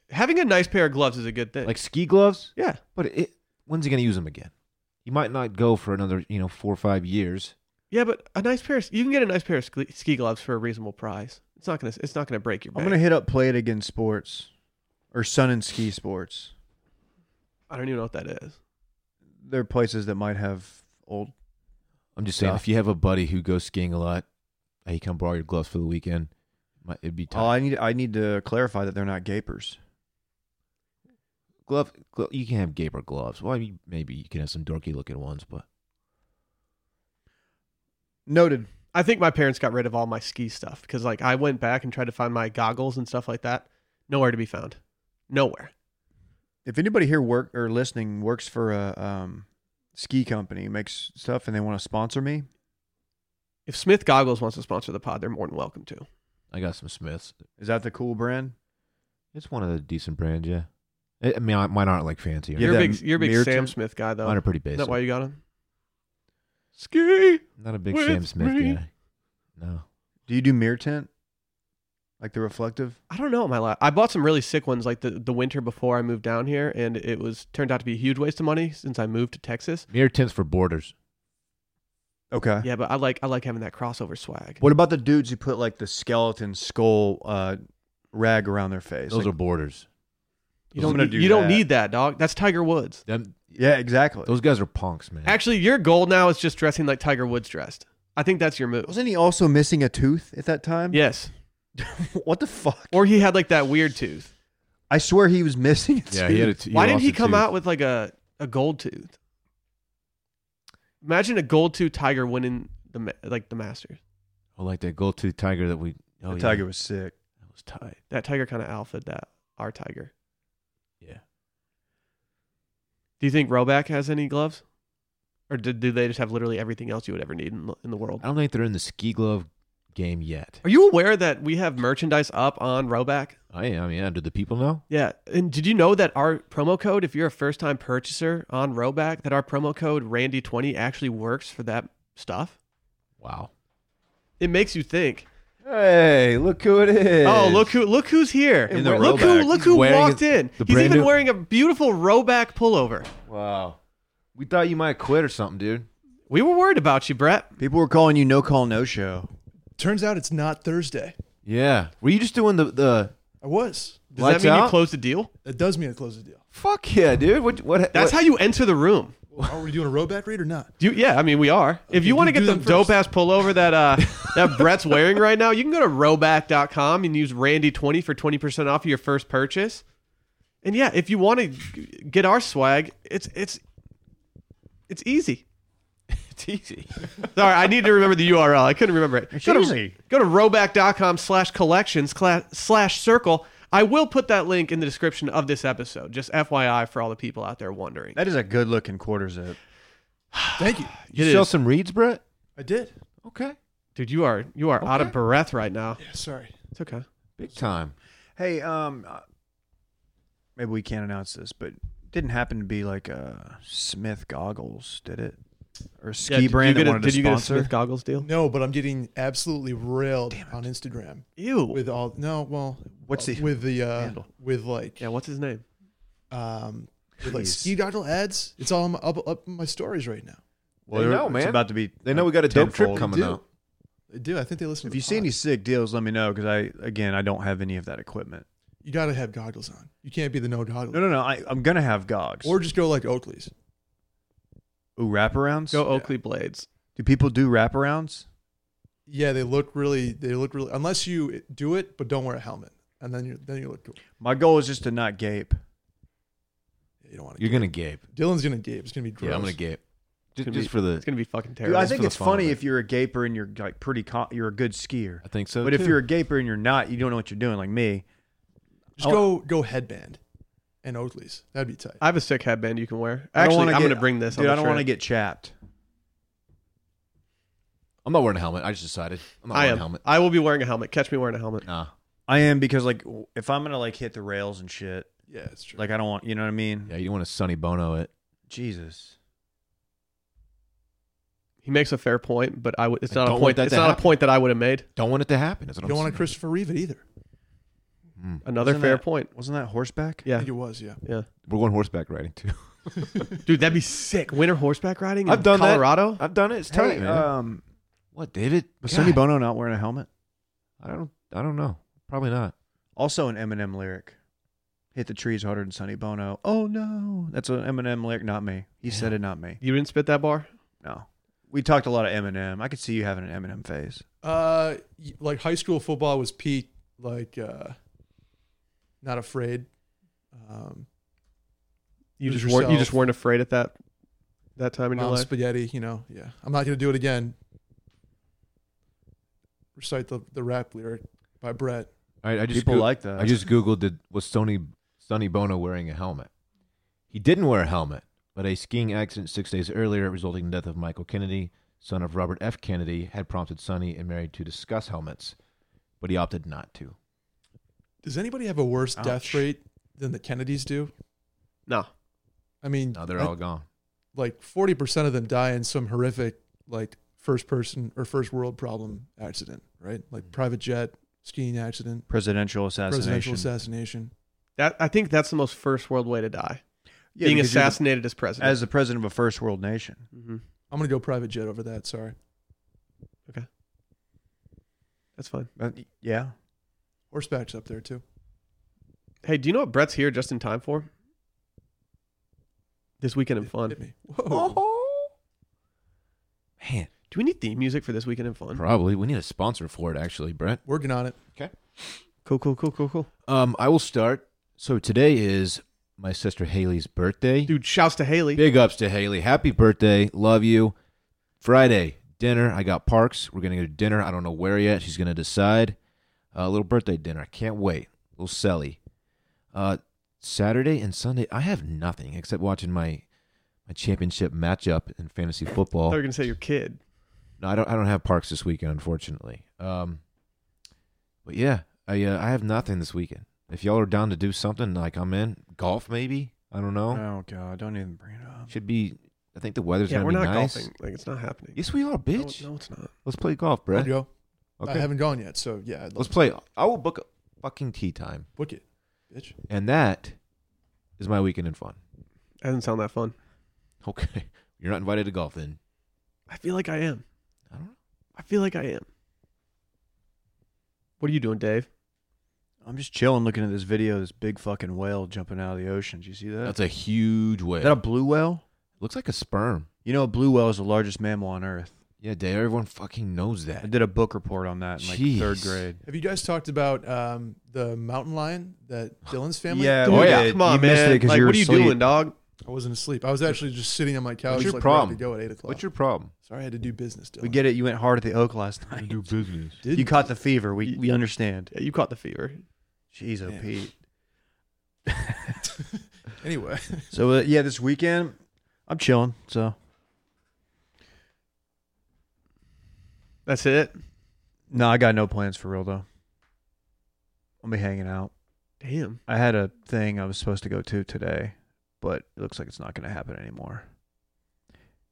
Speaker 1: Having a nice pair of gloves is a good thing.
Speaker 3: like ski gloves,
Speaker 1: yeah,
Speaker 3: but it when's he gonna use them again? You might not go for another you know four or five years.
Speaker 1: yeah, but a nice pair. Of, you can get a nice pair of ski, ski gloves for a reasonable price. It's not gonna. It's not gonna break your.
Speaker 2: I'm
Speaker 1: Bank.
Speaker 2: gonna hit up Play It Again Sports or Sun and Ski Sports.
Speaker 1: I don't even know what that is.
Speaker 2: They're places that might have old.
Speaker 3: I'm just saying,
Speaker 2: Yeah.
Speaker 3: if you have a buddy who goes skiing a lot, hey, come borrow your gloves for the weekend. Might, it'd be tough.
Speaker 2: Oh, I need I need to clarify that they're not gapers.
Speaker 3: glove, glo- you can have gaper gloves. Well, I mean, maybe you can have some dorky looking ones, but
Speaker 2: Noted.
Speaker 1: I think my parents got rid of all my ski stuff because like I went back and tried to find my goggles and stuff like that. Nowhere to be found. Nowhere.
Speaker 2: If anybody here work or listening works for a um, ski company, makes stuff, and they want to sponsor me,
Speaker 1: If Smith Goggles wants to sponsor the pod, they're more than welcome to.
Speaker 3: I got some Smiths.
Speaker 2: is that the cool brand?
Speaker 3: It's one of the decent brands, yeah. I I mean, I- mine aren't like fancy. or
Speaker 2: Yeah,
Speaker 1: You're a
Speaker 2: that
Speaker 1: big, you're a big
Speaker 2: Mirton-
Speaker 1: Sam Smith guy, though.
Speaker 3: Mine are pretty
Speaker 1: Is
Speaker 3: basic.
Speaker 1: that why you got him? Ski.
Speaker 3: Not a big
Speaker 1: with
Speaker 3: Sam Smith
Speaker 1: me.
Speaker 3: guy. No.
Speaker 2: Do you do mirror tint? Like the reflective?
Speaker 1: I don't know my life. I bought some really sick ones like the, the winter before I moved down here, and it was turned out to be a huge waste of money since I moved to Texas.
Speaker 3: Mirror tints for borders.
Speaker 2: Okay.
Speaker 1: Yeah, but I like I like having that crossover swag.
Speaker 2: What about the dudes who put like the skeleton skull uh, rag around their face?
Speaker 3: Those
Speaker 2: Like-
Speaker 3: are borders.
Speaker 1: You
Speaker 2: I'm
Speaker 1: don't
Speaker 2: gonna
Speaker 1: need,
Speaker 2: do
Speaker 1: you don't
Speaker 2: that.
Speaker 1: need that, dog. That's Tiger Woods.
Speaker 3: Them-
Speaker 2: yeah, exactly.
Speaker 3: those guys are punks, man.
Speaker 1: Actually, your goal now is just dressing like Tiger Woods dressed. I think that's your move.
Speaker 2: Wasn't he also missing a tooth at that time?
Speaker 1: Yes.
Speaker 2: what the fuck?
Speaker 1: Or he had like that weird tooth.
Speaker 2: I swear he was missing a tooth.
Speaker 3: yeah, he had a t-
Speaker 1: Why didn't
Speaker 3: lost
Speaker 1: he
Speaker 3: a
Speaker 1: come
Speaker 3: tooth.
Speaker 1: out with like a, a gold tooth? Imagine a gold tooth Tiger winning the ma- like the Masters.
Speaker 3: Oh, like that gold tooth tiger that we. Oh,
Speaker 2: the
Speaker 3: yeah.
Speaker 2: tiger was sick.
Speaker 3: That was tight.
Speaker 1: That Tiger kind of alpha that our Tiger.
Speaker 3: Yeah.
Speaker 1: Do you think Roback has any gloves? Or do, do they just have literally everything else you would ever need in, the- in the world?
Speaker 3: I don't think they're in the ski glove game yet.
Speaker 1: Are you aware that we have merchandise up on Roback?
Speaker 3: I am. I mean, Oh, yeah, do the people know?
Speaker 1: Yeah. And did you know that our promo code, if you're a first time purchaser on Roback, that our promo code Randy20 actually works for that stuff?
Speaker 3: Wow.
Speaker 1: It makes you think.
Speaker 3: Hey, look who it is.
Speaker 1: Oh, look who look who's here.
Speaker 3: In the
Speaker 1: look
Speaker 3: Roback.
Speaker 1: who look
Speaker 3: He's
Speaker 1: who
Speaker 3: wearing
Speaker 1: walked
Speaker 3: his-
Speaker 1: in.
Speaker 3: the
Speaker 1: He's
Speaker 3: brand
Speaker 1: even
Speaker 3: new-
Speaker 1: wearing a beautiful Roback pullover.
Speaker 3: Wow. We thought you might quit or something, dude.
Speaker 1: We were worried about you, Brett.
Speaker 2: People were calling you no call, no show.
Speaker 4: Turns out it's not Thursday.
Speaker 3: Yeah. Were you just doing the the
Speaker 4: I was.
Speaker 1: Does
Speaker 3: lights
Speaker 1: that mean you
Speaker 3: out?
Speaker 1: closed the deal?
Speaker 4: That does mean I closed the deal.
Speaker 3: Fuck yeah, dude. What what
Speaker 1: That's
Speaker 3: what-
Speaker 1: how you enter the room.
Speaker 4: Well, are we doing a rollback read or not?
Speaker 1: Do you, yeah, I mean we are. If you
Speaker 4: do-
Speaker 1: want to
Speaker 4: do
Speaker 1: get the
Speaker 4: them
Speaker 1: dope
Speaker 4: first.
Speaker 1: ass pullover that uh that Brett's wearing right now, you can go to roback.com and use Randy20 for 20% off of your first purchase. And yeah, if you want to get our swag, it's it's it's easy.
Speaker 3: it's easy.
Speaker 1: Sorry, I need to remember the URL. I couldn't remember it.
Speaker 2: It's
Speaker 1: go
Speaker 2: easy.
Speaker 1: To, go to roback.com slash collections cla- slash circle. I will put that link in the description of this episode. Just FYI for all the people out there wondering.
Speaker 2: That is a good looking quarter zip.
Speaker 4: Thank you.
Speaker 3: You
Speaker 1: It
Speaker 3: sell
Speaker 1: is-
Speaker 3: some reeds, Brett?
Speaker 4: I did.
Speaker 3: Okay.
Speaker 1: Dude, you are you are out of breath right now.
Speaker 4: Yeah, sorry.
Speaker 1: It's okay.
Speaker 3: Big time.
Speaker 2: Hey, um, uh, maybe we can't announce this, but didn't happen to be like uh Smith goggles, did it? Or a ski
Speaker 1: Yeah, did
Speaker 2: brand
Speaker 1: you
Speaker 2: that
Speaker 1: get a,
Speaker 2: wanted
Speaker 1: did
Speaker 2: to
Speaker 1: you get a
Speaker 2: sponsor?
Speaker 1: Smith goggles deal?
Speaker 4: No, but I'm getting absolutely railed on Instagram
Speaker 1: Ew.
Speaker 4: with all no. Well,
Speaker 2: What's the-
Speaker 4: with the uh,
Speaker 2: handle?
Speaker 4: with like
Speaker 1: yeah, what's his name?
Speaker 4: um with like
Speaker 2: Jeez.
Speaker 4: ski goggle ads? It's all on my, up up in my stories right now.
Speaker 3: Well, they
Speaker 2: they're-
Speaker 3: know,
Speaker 2: it's
Speaker 3: man.
Speaker 2: about to be.
Speaker 3: They know we
Speaker 2: like,
Speaker 3: got a dope trip
Speaker 2: tenfold.
Speaker 3: coming
Speaker 4: do.
Speaker 3: out.
Speaker 4: I do I think they listen?
Speaker 2: If
Speaker 4: to
Speaker 2: you
Speaker 4: the
Speaker 2: see
Speaker 4: pod.
Speaker 2: any sick deals, let me know because I again I don't have any of that equipment.
Speaker 4: you gotta have goggles on. You can't be the no goggles.
Speaker 2: No, no, no. I, I'm gonna have gogs
Speaker 4: Or just go like Oakley's.
Speaker 2: Ooh, wraparounds.
Speaker 1: Go oh. Oakley Blades.
Speaker 2: Do people do wraparounds?
Speaker 4: Yeah, they look really. They look really. Unless you do it, but don't wear a helmet, and then you then you look cool.
Speaker 2: My goal is just to not gape.
Speaker 4: Yeah, You don't want to.
Speaker 3: You're gonna gape.
Speaker 4: Dylan's gonna gape. It's gonna be gross.
Speaker 3: Yeah, I'm gonna gape. Just,
Speaker 1: Could
Speaker 3: just
Speaker 1: be-
Speaker 3: for the
Speaker 1: It's gonna be fucking
Speaker 2: Dude,
Speaker 1: terrible.
Speaker 2: I
Speaker 3: Just for
Speaker 2: think
Speaker 3: the
Speaker 2: it's
Speaker 3: fun of
Speaker 2: funny
Speaker 3: it.
Speaker 2: if you're a gaper and you're like pretty, con- you're a good skier.
Speaker 3: I think so.
Speaker 2: But if
Speaker 3: too.
Speaker 2: you're a gaper and you're not, you don't know what you're doing, like me.
Speaker 4: Just
Speaker 2: I'll-
Speaker 4: go go headband, and Oakley's. That'd be tight.
Speaker 3: Uh,
Speaker 1: I have a sick headband you can wear.
Speaker 2: I don't
Speaker 1: Actually,
Speaker 2: wanna
Speaker 1: I'm
Speaker 2: get-
Speaker 1: gonna bring this.
Speaker 2: Dude,
Speaker 1: on the
Speaker 2: I don't want to
Speaker 1: trip.
Speaker 2: get chapped.
Speaker 3: I'm not wearing a helmet. I just decided. I'm not
Speaker 1: I
Speaker 3: wearing
Speaker 1: am.
Speaker 3: a helmet.
Speaker 1: I will be wearing a helmet. Catch me wearing a helmet.
Speaker 3: Nah.
Speaker 2: I am because like w- if I'm gonna like hit the rails and shit,
Speaker 4: yeah, it's true.
Speaker 2: like I don't want, you know what I mean?
Speaker 3: Yeah, you don't want to Sonny Bono it.
Speaker 2: Jesus.
Speaker 1: He makes a fair point, but I would. It's
Speaker 3: I
Speaker 1: not
Speaker 3: don't
Speaker 1: a
Speaker 3: want
Speaker 1: point.
Speaker 3: that
Speaker 1: It's
Speaker 3: to
Speaker 1: not a
Speaker 3: happen.
Speaker 1: point that I would have made.
Speaker 3: Don't want it to happen. That's what
Speaker 4: you
Speaker 3: I'm
Speaker 4: don't want
Speaker 3: saying.
Speaker 4: a Christopher Reeve it either.
Speaker 3: Mm.
Speaker 1: Another
Speaker 2: Wasn't
Speaker 1: fair
Speaker 2: that-
Speaker 1: point.
Speaker 2: Wasn't that horseback?
Speaker 4: I
Speaker 1: Yeah,
Speaker 4: think it was. Yeah.
Speaker 1: yeah,
Speaker 3: We're going horseback riding too.
Speaker 1: dude, that'd be sick. Winter horseback riding. In
Speaker 3: I've done that.
Speaker 1: Colorado.
Speaker 3: I've done it. It's tight,
Speaker 2: Hey,
Speaker 3: man.
Speaker 2: um,
Speaker 3: uh, what, David?
Speaker 2: was Sonny
Speaker 3: God.
Speaker 2: Bono not wearing a helmet?
Speaker 3: I don't. I don't know. Probably not.
Speaker 2: Also an Eminem lyric. Hit the trees harder than Sonny Bono. Oh no, that's an Eminem lyric, not me. He said it, not me.
Speaker 1: You didn't spit that bar.
Speaker 2: No, we talked a lot of Eminem. I could see you having an Eminem face.
Speaker 4: Uh, y- like high school football was peak. Like, uh, not afraid. Um,
Speaker 1: You
Speaker 4: Lose
Speaker 1: just weren't. You
Speaker 4: yourself.
Speaker 1: just weren't afraid at that that time in your
Speaker 4: Mom
Speaker 1: life.
Speaker 4: spaghetti. You know. Yeah. I'm not gonna do it again. Recite the the rap lyric by Brett.
Speaker 3: All right. I just
Speaker 2: People
Speaker 3: go-
Speaker 2: like that.
Speaker 3: I just googled did was Sony Sonny Bono wearing a helmet. He didn't wear a helmet, but a skiing accident six days earlier, resulting in the death of Michael Kennedy, son of Robert F. Kennedy, had prompted Sonny and Mary to discuss helmets, but he opted not to.
Speaker 4: Does anybody have a worse
Speaker 2: Ouch.
Speaker 4: death rate than the Kennedys do?
Speaker 1: No.
Speaker 4: I mean,
Speaker 3: Now they're
Speaker 4: I-
Speaker 3: all gone.
Speaker 4: like 40% of them die in some horrific like first person or first world problem accident, right? Like private jet, skiing accident,
Speaker 2: Presidential assassination.
Speaker 4: presidential assassination.
Speaker 1: That I think that's the most first world way to die.
Speaker 2: Yeah,
Speaker 1: Being
Speaker 2: because you're the-
Speaker 1: assassinated as president.
Speaker 2: as the president of a first world nation.
Speaker 1: Mhm.
Speaker 4: I'm going to go private jet over that, sorry.
Speaker 1: That's fine.
Speaker 2: Uh, yeah.
Speaker 4: Horseback's up there too.
Speaker 1: Hey, do you know what Brett's here just in time for? This weekend in fun.
Speaker 4: Hit me. Whoa.
Speaker 3: Oh. Man,
Speaker 1: Do we need theme music for this weekend in fun?
Speaker 3: probably we need a sponsor for it. Actually, Brett.
Speaker 4: Working on it.
Speaker 1: Cool, cool, cool, cool, cool.
Speaker 3: Um, I will start. So today is my sister Haley's birthday.
Speaker 1: Dude, shouts to Haley.
Speaker 3: Big ups to Haley. Happy birthday. Love you. Friday, dinner. I got parks. We're going to go to dinner. I don't know where yet. She's going to decide. Uh, A little birthday dinner. I can't wait. little Selly. Uh, Saturday and Sunday, I have nothing except watching my my championship matchup in fantasy
Speaker 1: I
Speaker 3: football.
Speaker 1: thought you were gonna say your kid.
Speaker 3: No, I don't. I don't have parks this weekend, unfortunately. Um, but yeah, I uh, I have nothing this weekend. If y'all are down to do something, like I'm in golf, maybe. I don't know.
Speaker 2: Oh god, don't even bring it up.
Speaker 3: Should be. I think the weather's
Speaker 1: yeah,
Speaker 3: gonna
Speaker 1: we're
Speaker 3: be
Speaker 1: not
Speaker 3: nice.
Speaker 1: golfing. Like it's not happening.
Speaker 3: Yes, we are,
Speaker 1: No,
Speaker 3: bitch.
Speaker 1: No, it's not.
Speaker 3: Let's play golf,
Speaker 4: I'll
Speaker 3: bro.
Speaker 4: go. I
Speaker 3: Okay.
Speaker 4: haven't gone yet, so yeah, I'd
Speaker 3: Let's
Speaker 4: love
Speaker 3: play. I will book a fucking tea time,
Speaker 4: to book it, bitch.
Speaker 3: and that is my weekend in fun.
Speaker 1: That doesn't sound that fun.
Speaker 3: Okay, you're not invited to golf then.
Speaker 1: I feel like I am.
Speaker 3: I don't know.
Speaker 1: I feel like I am. What are you doing, Dave?
Speaker 2: I'm just chilling, looking at this video. of This big fucking whale jumping out of the ocean. Did you see that?
Speaker 3: That's a huge whale.
Speaker 2: Is that a blue whale?
Speaker 3: Looks like a sperm.
Speaker 2: You know, a blue whale is the largest mammal on Earth.
Speaker 3: Yeah, Dave. Everyone fucking knows
Speaker 2: I
Speaker 3: that.
Speaker 2: did a book report on that in like
Speaker 3: Jeez.
Speaker 2: third grade.
Speaker 4: Have you guys talked about um, the mountain lion that Dylan's family?
Speaker 2: Yeah,
Speaker 1: Dude,
Speaker 2: oh yeah.
Speaker 1: Come on,
Speaker 2: you
Speaker 1: man.
Speaker 2: missed it because
Speaker 1: like,
Speaker 2: you were
Speaker 1: what are you
Speaker 2: asleep.
Speaker 1: doing, dog?
Speaker 4: I wasn't asleep. I was actually just sitting on my couch.
Speaker 3: What's your
Speaker 4: like,
Speaker 3: problem?
Speaker 4: Ready to go at eight o'clock.
Speaker 3: What's your problem?
Speaker 4: Sorry, I had to do business, Dylan.
Speaker 2: We get it. You went hard at the oak last night.
Speaker 3: business.
Speaker 4: Did
Speaker 2: You caught the fever. We we understand.
Speaker 1: Yeah, you caught the fever.
Speaker 2: Jeez, oh
Speaker 4: Yeah.
Speaker 2: Pete.
Speaker 4: anyway.
Speaker 2: So uh, yeah, this weekend I'm chilling. So
Speaker 1: That's it.
Speaker 2: no, I got no plans for real though. I'll be hanging out.
Speaker 1: Damn.
Speaker 2: I had a thing I was supposed to go to today, but it looks like it's not going to happen anymore.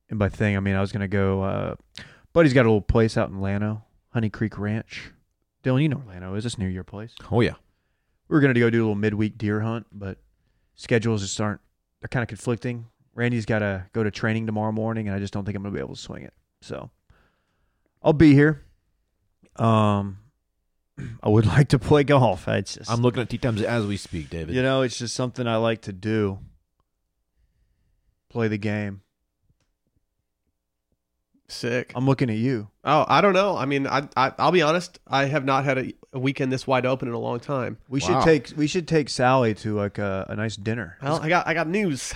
Speaker 2: And by thing, I mean I was going to go. Uh, buddy's got a little place out in Lano, Honey Creek Ranch. Dylan, you know where Lano is. It's near your place.
Speaker 3: Oh yeah.
Speaker 2: We were going to go do a little midweek deer hunt, but schedules just aren't. They're kind of conflicting. Randy's got to go to training tomorrow morning, and I just don't think I'm going to be able to swing it. So I'll be here. Um, I would like to play golf. It's just
Speaker 3: I'm looking at tea times as we speak, David.
Speaker 2: you know, it's just something I like to do. Play the game.
Speaker 1: Sick.
Speaker 2: I'm looking at you.
Speaker 1: Oh, I don't know. I mean, I, I I'll be honest. I have not had a, a weekend this wide open in a long time.
Speaker 2: We
Speaker 3: Wow.
Speaker 2: should take we should take Sally to like a, a nice dinner.
Speaker 1: Well, I got I got news.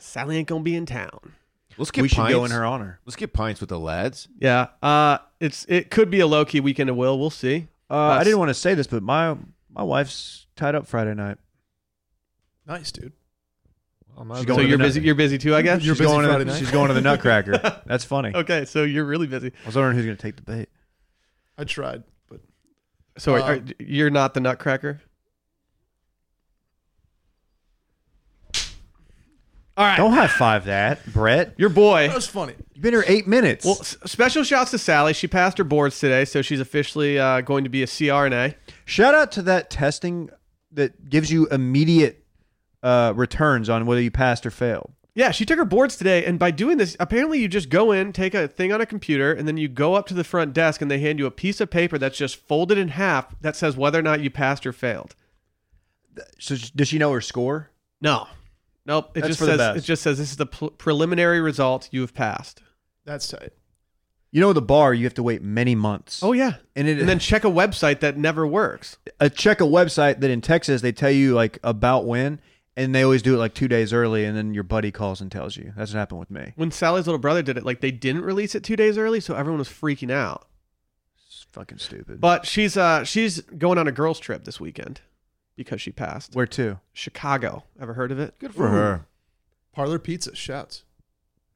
Speaker 1: Sally ain't gonna be in town.
Speaker 3: Let's get
Speaker 2: we should
Speaker 3: pints.
Speaker 2: go in her honor.
Speaker 3: Let's get pints with the lads.
Speaker 1: Yeah. Uh, it's it could be a low key weekend of will. We'll see.
Speaker 2: Uh, I
Speaker 1: Us.
Speaker 2: didn't want to say this, but my my wife's tied up Friday night.
Speaker 4: Nice, dude.
Speaker 2: She's
Speaker 1: So
Speaker 2: going to
Speaker 1: you're
Speaker 2: the
Speaker 1: busy.
Speaker 2: nut-
Speaker 1: You're busy too, I guess.
Speaker 4: You're
Speaker 2: she's
Speaker 4: busy
Speaker 2: going
Speaker 4: Friday
Speaker 2: to the,
Speaker 4: night?
Speaker 2: she's going to the Nutcracker. That's funny.
Speaker 1: okay, so you're really busy.
Speaker 2: I was wondering who's going to take the bait.
Speaker 4: I tried, but
Speaker 1: So are,
Speaker 4: Uh,
Speaker 1: are- you're not the Nutcracker. All right,
Speaker 2: Don't high five that, Brett.
Speaker 1: your boy.
Speaker 3: Eh.
Speaker 4: that was funny.
Speaker 2: You've been here eight minutes.
Speaker 1: Oh, Well, s- special shouts to Sally. She passed her boards today, so she's officially uh, going to be a CRNA.
Speaker 2: Shout out to that testing that gives you immediate uh, returns on whether you passed or failed.
Speaker 1: Yeah, she took her boards today, and by doing this, apparently you just go in, take a thing on a computer, and then you go up to the front desk, and they hand you a piece of paper that's just folded in half that says whether or not you passed or failed.
Speaker 2: So sh- does she know her score?
Speaker 1: No, nope. It
Speaker 2: That's
Speaker 1: just
Speaker 2: for the
Speaker 1: says
Speaker 2: best.
Speaker 1: it just says this is the pl- preliminary result you have passed.
Speaker 4: That's uh, tight.
Speaker 2: You know the bar you have to wait many months.
Speaker 1: Oh yeah,
Speaker 2: and it
Speaker 1: and then check a website that never works.
Speaker 2: uh, check a website that in Texas they tell you like about when, and they always do it like two days early, and then your buddy calls and tells you. That's what happened with me.
Speaker 1: When Sally's little brother did it, like they didn't release it two days early, so everyone was freaking out.
Speaker 2: It's fucking stupid.
Speaker 1: But she's uh she's going on a girls trip this weekend because she passed.
Speaker 2: where to?
Speaker 1: Chicago. Ever heard of it?
Speaker 3: Good for her.
Speaker 4: Parlor Pizza shouts.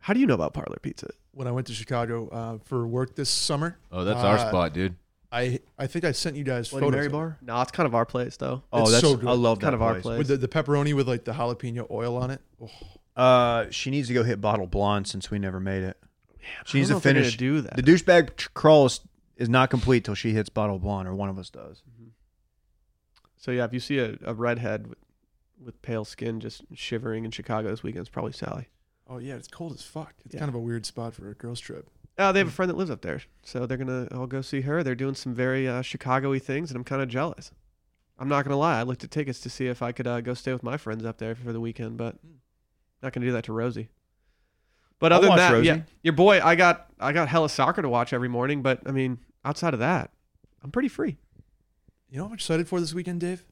Speaker 1: How do you know about Parlor Pizza?
Speaker 4: When I went to Chicago uh, for work this summer,
Speaker 3: Oh, that's our
Speaker 4: Uh,
Speaker 3: spot, dude.
Speaker 4: I I think I sent you guys
Speaker 2: Bloody
Speaker 4: photos
Speaker 2: Mary
Speaker 4: of it.
Speaker 2: bar.
Speaker 1: No, it's kind of our place though.
Speaker 2: Oh,
Speaker 4: It's
Speaker 2: that's
Speaker 4: so good.
Speaker 2: I love that
Speaker 1: Kind of our
Speaker 2: place.
Speaker 1: place.
Speaker 4: with the, the pepperoni with like the jalapeno oil on it. Oh,
Speaker 2: Uh, she needs to go hit Bottle Blonde since we never made it. she needs to finish.
Speaker 1: do that.
Speaker 2: The douchebag tr- crawl is, is not complete till she hits Bottle Blonde or one of us does.
Speaker 1: so yeah, if you see a, a redhead with, with pale skin just shivering in Chicago this weekend, it's probably Sally.
Speaker 4: oh yeah, it's cold as fuck. It's
Speaker 1: Yeah.
Speaker 4: kind of a weird spot for a girls trip.
Speaker 1: Uh, they have a
Speaker 2: Hmm.
Speaker 1: friend that lives up there, so they're gonna all go see her. They're doing some very uh, Chicago-y things, and I'm kind of jealous. I'm not gonna lie. I looked at tickets to see if I could uh, go stay with my friends up there for the weekend, but not gonna do that to Rosie. But
Speaker 2: Hmm. I'll
Speaker 1: other than
Speaker 2: watch
Speaker 1: that,
Speaker 2: Rosie.
Speaker 1: yeah, your boy, I got I got hella soccer to watch every morning. But I mean, outside of that, I'm pretty free.
Speaker 4: You know what I'm excited for this weekend, Dave?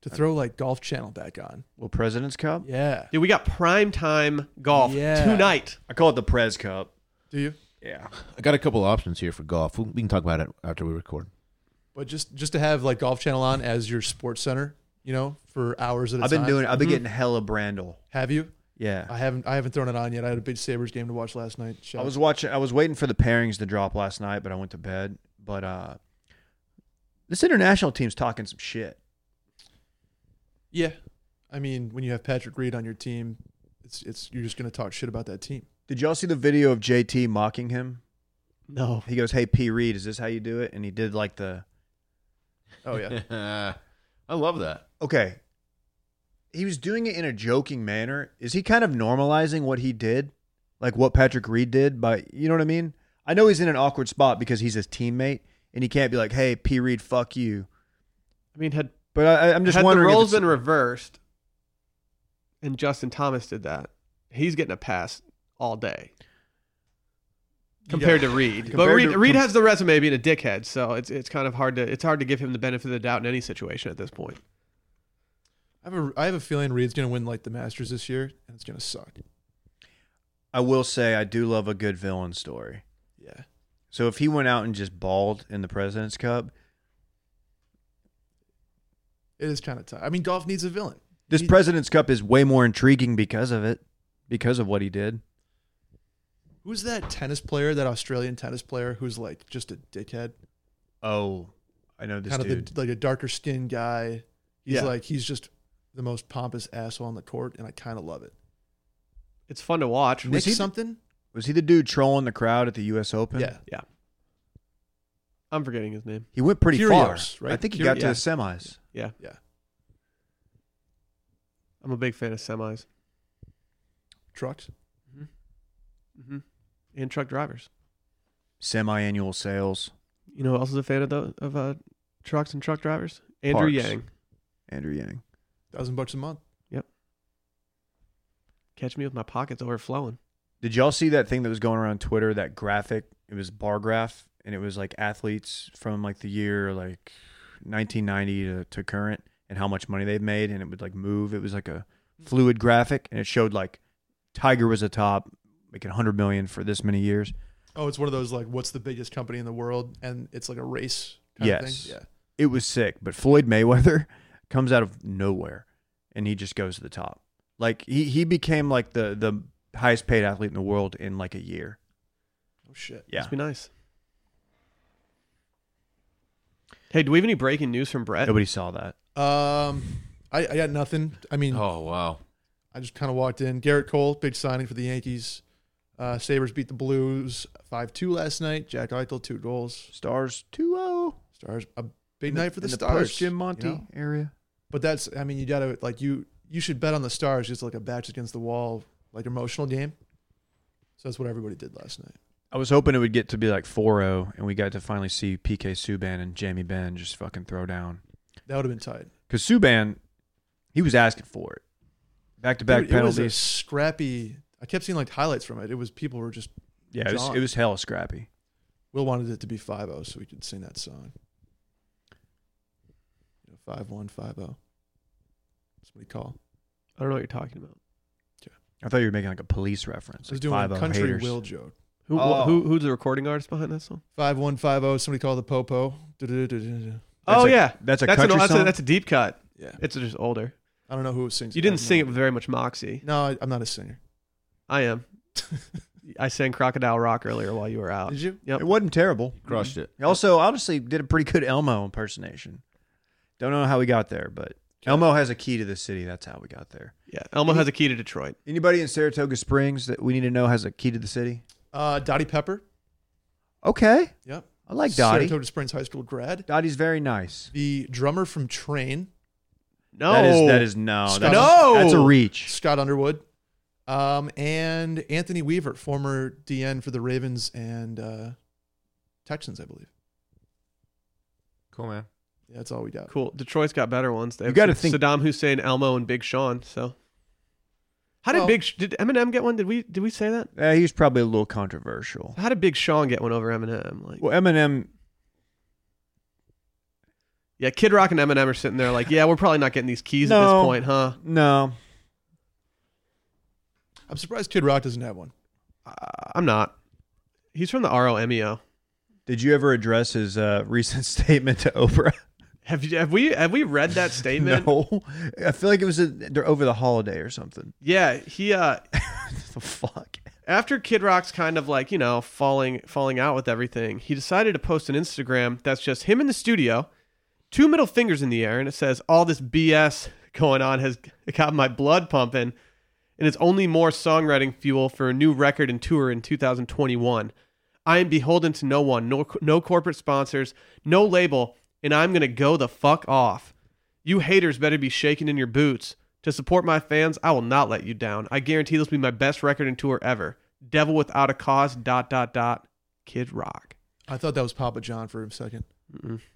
Speaker 4: To throw like Golf Channel back on.
Speaker 2: Well, President's Cup.
Speaker 4: Yeah.
Speaker 1: Dude, we got prime time golf
Speaker 4: Yeah.
Speaker 1: tonight.
Speaker 2: I call it the Prez Cup.
Speaker 4: Do you?
Speaker 2: Yeah.
Speaker 3: I got a couple options here for golf. We we can talk about it after we record.
Speaker 4: But just just to have like Golf Channel on as your sports center, you know, for hours at a
Speaker 2: I've been
Speaker 4: time.
Speaker 2: doing. I've been
Speaker 1: Mhm.
Speaker 2: getting hella Brandel.
Speaker 4: Have you?
Speaker 2: Yeah.
Speaker 4: Mm-hmm. I haven't. I haven't thrown it on yet. I had a big Sabres game to watch last night. Shout
Speaker 2: I was watching. I was waiting for the pairings to drop last night, but I went to bed. But uh, this international team's talking some shit.
Speaker 4: Yeah, I mean, when you have Patrick Reed on your team, it's it's you're just gonna talk shit about that team.
Speaker 2: Did y'all see the video of JT mocking him?
Speaker 1: No,
Speaker 2: He goes, "Hey P Reed, is this how you do it?" And he did like the
Speaker 4: Oh yeah,
Speaker 3: I love that.
Speaker 2: okay. He was doing it in a joking manner. Is he kind of normalizing what he did, like what Patrick Reed did? By you know what I mean? I know he's in an awkward spot because he's his teammate, and he can't be like, "Hey P Reed, fuck you."
Speaker 1: I mean, had
Speaker 2: But I, I'm just
Speaker 1: had
Speaker 2: wondering.
Speaker 1: the
Speaker 2: if
Speaker 1: roles
Speaker 2: it's-
Speaker 1: been reversed, and Justin Thomas did that, he's getting a pass all day compared to Reed. but
Speaker 2: Compared
Speaker 1: Reed,
Speaker 2: to-
Speaker 1: Reed has the resume of being a dickhead, so it's it's kind of hard to it's hard to give him the benefit of the doubt in any situation at this point.
Speaker 4: I have a I have a feeling Reed's gonna win like the Masters this year, and it's gonna suck.
Speaker 2: I will say I do love a good villain story.
Speaker 4: Yeah,
Speaker 2: So if he went out and just balled in the President's Cup,
Speaker 4: it is kind of tough. I mean, golf needs a villain.
Speaker 2: this
Speaker 4: He-
Speaker 2: President's Cup is way more intriguing because of it, because of what he did.
Speaker 4: Who's that tennis player? That Australian tennis player who's like just a dickhead,
Speaker 2: Oh, I know this
Speaker 4: kind
Speaker 2: dude.
Speaker 4: of the, like a darker skinned guy. He's
Speaker 1: Yeah.
Speaker 4: like he's just the most pompous asshole on the court, and I kind of love it.
Speaker 1: It's fun to watch.
Speaker 4: Nick
Speaker 2: he the-
Speaker 4: something?
Speaker 2: was he the dude trolling the crowd at the U.S. Open?
Speaker 4: Yeah,
Speaker 1: Yeah, I'm forgetting his name.
Speaker 2: he went pretty
Speaker 4: Kyrgios,
Speaker 2: far.
Speaker 4: right?
Speaker 2: I think he
Speaker 4: Kyr-
Speaker 2: got to
Speaker 1: yeah.
Speaker 2: the semis.
Speaker 1: Yeah,
Speaker 4: Yeah.
Speaker 1: I'm a big fan of semis
Speaker 4: trucks.
Speaker 2: Mm-hmm.
Speaker 1: hmm and truck drivers.
Speaker 2: Semi-annual sales.
Speaker 1: You know who else is a fan of the, of uh, trucks and truck drivers? Andrew
Speaker 2: Parks.
Speaker 1: Yang.
Speaker 2: Andrew Yang.
Speaker 4: Thousand bucks a month.
Speaker 1: Catch me with my pockets overflowing.
Speaker 2: Did y'all see that thing that was going around Twitter? That graphic. It was bar graph, and it was like athletes from like the year like 1990 to, to current, and how much money they've made, and it would like move. It was like a fluid graphic, and it showed like Tiger was a top, making 100 million for this many years.
Speaker 4: Oh, it's one of those like what's the biggest company in the world, and it's like a race. Kind
Speaker 2: Yes.
Speaker 4: Of thing. Yeah.
Speaker 2: It was sick, but Floyd Mayweather comes out of nowhere, and he just goes to the top. Like he he became like the the highest paid athlete in the world in like a year.
Speaker 4: Oh shit.
Speaker 2: Yeah.
Speaker 1: Must be nice. Hey, do we have any breaking news from Brett?
Speaker 2: Nobody saw that.
Speaker 4: Um, I, I got nothing. I mean,
Speaker 3: Oh wow.
Speaker 4: I just kind of walked in. Garrett Cole, big signing for the Yankees. Uh, Sabres beat the Blues 5 2 last night. Jack Eichel, two goals.
Speaker 2: Stars 2-0.
Speaker 4: Stars, a big
Speaker 2: In
Speaker 4: night for the,
Speaker 2: in
Speaker 4: Stars.
Speaker 2: post Jim Monty
Speaker 4: you know?
Speaker 2: area.
Speaker 4: But that's, I mean, you got to, like, you you should bet on the Stars just like a backs against the wall, like emotional game. So that's what everybody did last night.
Speaker 2: I was hoping it would get to be like 4-0 and we got to finally see PK Subban and Jamie Ben just fucking throw down.
Speaker 4: That would have been tight.
Speaker 2: Cuz Subban he was asking for it. Back-to-back
Speaker 4: Dude, it was
Speaker 2: penalties.
Speaker 4: a scrappy. I kept seeing like highlights from it. It was people were just,
Speaker 2: yeah, it was,
Speaker 4: John.
Speaker 2: it was hella scrappy.
Speaker 4: Will wanted it to be 5 0 so we could sing that song. You know, 5 1, 5 0. oh. Somebody call.
Speaker 1: I don't know what you're talking about.
Speaker 2: I thought you were making like a police reference.
Speaker 4: I was
Speaker 2: Like
Speaker 4: doing a
Speaker 2: 5-0
Speaker 4: country
Speaker 2: haters.
Speaker 4: Will joke.
Speaker 1: Who,
Speaker 2: Oh.
Speaker 1: who who's the recording artist behind that song?
Speaker 4: 5 1, 5 0. oh, Somebody call the Popo. Du-du-du-du-du-du.
Speaker 2: That's
Speaker 1: oh
Speaker 2: a-
Speaker 1: yeah,
Speaker 2: That's a
Speaker 1: that's an,
Speaker 2: country
Speaker 1: that's,
Speaker 2: song.
Speaker 1: a, that's a deep cut.
Speaker 4: Yeah.
Speaker 1: It's just older.
Speaker 4: I don't know who sings
Speaker 1: You
Speaker 4: it. I
Speaker 1: didn't
Speaker 4: don't
Speaker 1: sing it
Speaker 4: know.
Speaker 1: with very much moxie.
Speaker 4: No, I, I'm not a singer.
Speaker 1: I am. I sang Crocodile Rock earlier while you were out.
Speaker 2: Did you?
Speaker 1: Uh, Yep.
Speaker 2: It wasn't terrible.
Speaker 3: Crushed it.
Speaker 2: He also honestly did a pretty good Elmo impersonation. Don't know how we got there, but Elmo has a key to the city. That's how we got there.
Speaker 1: Yeah, Elmo has a key to Detroit.
Speaker 2: Anybody in Saratoga Springs that we need to know has a key to the city?
Speaker 4: Uh, Dottie Pepper.
Speaker 2: Okay.
Speaker 4: Yep.
Speaker 2: I like Dottie.
Speaker 4: Saratoga Springs High School grad.
Speaker 2: Dottie's very nice.
Speaker 4: The drummer from Train,
Speaker 1: No,
Speaker 2: That is that is no.
Speaker 4: Stop.
Speaker 2: That's,
Speaker 1: No!
Speaker 2: That's a reach.
Speaker 4: Scott Underwood, um, and Anthony Weaver, former DN for the Ravens and uh, Texans, I believe.
Speaker 3: Cool, man.
Speaker 4: Yeah, that's all we got.
Speaker 1: cool. Detroit's got better ones. They
Speaker 2: You
Speaker 1: have
Speaker 2: gotta
Speaker 1: Sa-
Speaker 2: think-
Speaker 1: Saddam Hussein, Elmo, and Big Sean. So, how did
Speaker 4: Well-
Speaker 1: Big Sh- did Eminem get one? Did we did we say that?
Speaker 2: Uh, he was probably a little controversial.
Speaker 1: How did Big Sean get one over Eminem? Like,
Speaker 2: Well, Eminem.
Speaker 1: yeah, Kid Rock and Eminem are sitting there like, yeah, we're probably not getting these keys at
Speaker 2: No.
Speaker 1: this point, huh?
Speaker 2: No,
Speaker 4: I'm surprised Kid Rock doesn't have one.
Speaker 1: I- Uh, I'm not. He's from the ROMEO.
Speaker 2: Did you ever address his uh, recent statement to Oprah?
Speaker 1: Have you have we have we read that statement?
Speaker 2: No, I feel like it was a, over the holiday or something.
Speaker 1: Yeah, he uh
Speaker 2: the fuck?
Speaker 1: after Kid Rock's kind of like, you know, falling falling out with everything, he decided to post an Instagram that's just him in the studio, two middle fingers in the air, and it says, All this BS going on has got my blood pumping, and it's only more songwriting fuel for a new record and tour in 2021. I am beholden to no one, no, no corporate sponsors, no label, and I'm going to go the fuck off. You haters better be shaking in your boots. To support my fans, I will not let you down. I guarantee this will be my best record and tour ever. Devil without a cause, dot, dot, dot, Kid Rock.
Speaker 4: I thought that was Papa John for a second.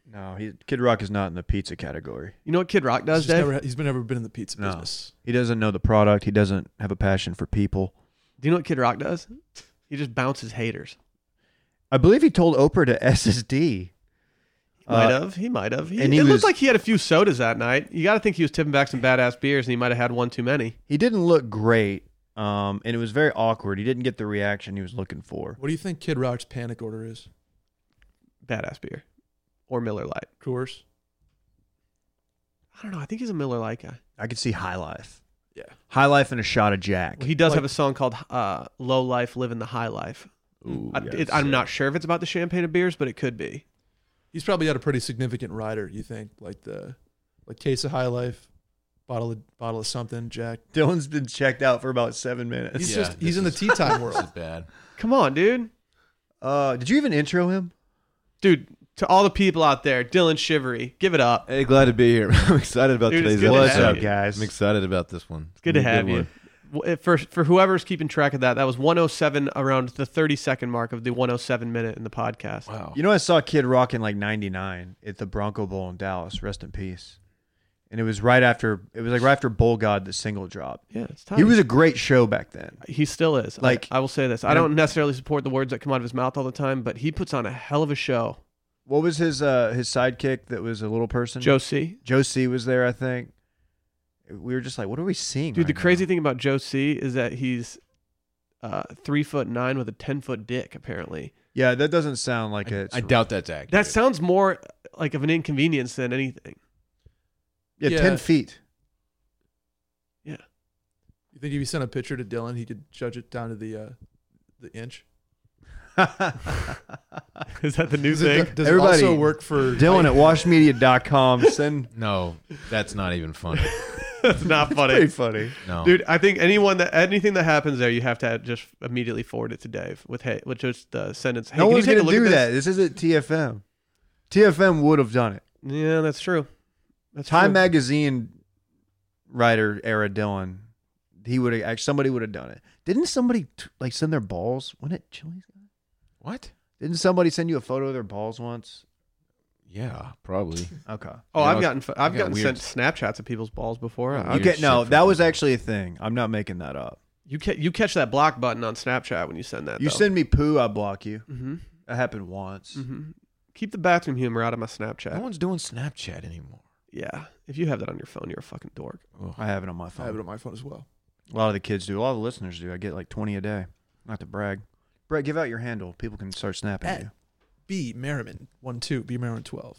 Speaker 2: No, he, Kid Rock is not in the pizza category.
Speaker 1: You know what Kid Rock does,
Speaker 4: He's, just
Speaker 1: Dave?
Speaker 4: never, he's been never been in the pizza
Speaker 2: No.
Speaker 4: business.
Speaker 2: He doesn't know the product. He doesn't have a passion for people.
Speaker 1: Do you know what Kid Rock does? He just bounces haters.
Speaker 2: I believe he told Oprah to SSD.
Speaker 1: He might
Speaker 2: Uh,
Speaker 1: have. He might have. He,
Speaker 2: and he
Speaker 1: it
Speaker 2: was-
Speaker 1: looked like he had a few sodas that night. You got to think he was tipping back some badass beers, and he might have had one too many.
Speaker 2: He didn't look great, um, and it was very awkward. He didn't get the reaction he was looking for.
Speaker 4: What do you think Kid Rock's panic order is?
Speaker 1: Badass beer, or Miller Lite.
Speaker 4: Coors.
Speaker 1: I don't know. I think he's a Miller Lite guy.
Speaker 2: I could see High Life.
Speaker 4: Yeah.
Speaker 2: High Life and a shot of Jack.
Speaker 1: Well, he does
Speaker 4: Like-
Speaker 1: have a song called uh, "Low Life, Living the High Life."
Speaker 3: Ooh,
Speaker 1: I,
Speaker 3: yeah,
Speaker 1: it,
Speaker 3: that's
Speaker 1: I'm
Speaker 3: sick.
Speaker 1: not sure if it's about the champagne of beers, but it could be.
Speaker 4: He's probably got a pretty significant rider. You think like the like case of High Life, bottle of bottle of something, Jack.
Speaker 2: Dylan's been checked out for about seven minutes.
Speaker 4: He's
Speaker 3: Yeah,
Speaker 4: just
Speaker 3: this
Speaker 4: he's in the
Speaker 3: is-
Speaker 4: tea time
Speaker 3: This is
Speaker 4: world.
Speaker 3: bad.
Speaker 1: Come on, dude.
Speaker 2: Uh, did you even intro him?
Speaker 1: Dude, to all the people out there, Dylan Shivery, give it up.
Speaker 3: Hey, glad to be here. I'm excited about
Speaker 1: Dude, it's
Speaker 3: today's
Speaker 1: good to
Speaker 2: What's
Speaker 1: have
Speaker 3: episode.
Speaker 2: up,
Speaker 1: you.
Speaker 2: guys?
Speaker 3: I'm excited about this one. It's
Speaker 1: Good to
Speaker 3: gonna be a
Speaker 1: have you.
Speaker 3: one.
Speaker 1: Well, it- For for whoever's keeping track of that, that was 107 around the 30 second mark of the 107 minute in the podcast.
Speaker 3: Wow.
Speaker 2: You know, I saw Kid Rock in like '99 at the Bronco Bowl in Dallas. Rest in peace. And it was right after it was like right after Bull God the single dropped.
Speaker 1: Yeah, it's time.
Speaker 2: He was a great show back then.
Speaker 1: he still is.
Speaker 2: Like-
Speaker 1: Like I, will say this, I don't necessarily support the words that come out of his mouth all the time, but he puts on a hell of a show.
Speaker 2: What was his uh his sidekick that was a little person?
Speaker 1: Joe C.
Speaker 2: Joe C was there, I think. We were just like, what are we seeing?
Speaker 1: Dude,
Speaker 2: right
Speaker 1: the crazy
Speaker 2: now?
Speaker 1: thing about Joe C is that he's uh, three foot nine with a ten foot dick. Apparently,
Speaker 2: Yeah, that doesn't sound like it's
Speaker 3: I doubt that's accurate.
Speaker 1: that sounds more like of an inconvenience than anything.
Speaker 2: yeah,
Speaker 4: Yeah.
Speaker 2: ten feet.
Speaker 4: You think if you sent a picture to Dylan, he could judge it down to the uh, the inch?
Speaker 1: is that the new
Speaker 4: Does it,
Speaker 1: thing?
Speaker 4: does
Speaker 2: Everybody-
Speaker 4: it also work for
Speaker 2: Dylan at washmedia.com. Send
Speaker 3: No, that's not even funny.
Speaker 1: That's not
Speaker 2: pretty
Speaker 1: funny.
Speaker 2: funny.
Speaker 3: No.
Speaker 1: Dude, I think anyone that anything that happens there, you have to just immediately forward it to Dave with hey, which is the sentence. Hey,
Speaker 2: no
Speaker 1: can
Speaker 2: one's
Speaker 1: you take a
Speaker 2: gonna
Speaker 1: look
Speaker 2: do
Speaker 1: at
Speaker 2: that. This isn't TFM. TFM would have done it.
Speaker 1: This? Yeah, that's true. That's
Speaker 2: Time
Speaker 1: true.
Speaker 2: magazine writer era Dylan, he would have somebody would have done it. Didn't somebody t- like send their balls? Wasn't it Chili's?
Speaker 3: what?
Speaker 2: Didn't somebody send you a photo of their balls once?
Speaker 3: Yeah, probably.
Speaker 2: Okay.
Speaker 1: Oh,
Speaker 3: You know,
Speaker 1: I've gotten I've,
Speaker 3: I've got
Speaker 1: gotten
Speaker 3: weird-
Speaker 1: sent Snapchats of people's balls before. I-
Speaker 3: Weird
Speaker 2: Okay, no,
Speaker 3: shit for
Speaker 2: that was
Speaker 3: people.
Speaker 2: actually a thing. I'm not making that up.
Speaker 1: You ca- you catch that block button on Snapchat when you send that.
Speaker 2: You
Speaker 1: though.
Speaker 2: send me poo, I block you.
Speaker 1: Mm-hmm.
Speaker 2: That happened once.
Speaker 1: Mm-hmm. Keep the bathroom humor out of my Snapchat.
Speaker 3: No one's doing Snapchat anymore.
Speaker 1: Yeah, if you have that on your phone, you're a fucking dork.
Speaker 2: I have it on my phone.
Speaker 4: Mm-hmm. I have it on my phone as well.
Speaker 2: A lot of the kids do. A lot of the listeners do. I get like 20 a day. Not to brag. Brett, give out your handle. People can start snapping
Speaker 4: At
Speaker 2: you.
Speaker 4: B Merriman one two B Merriman twelve.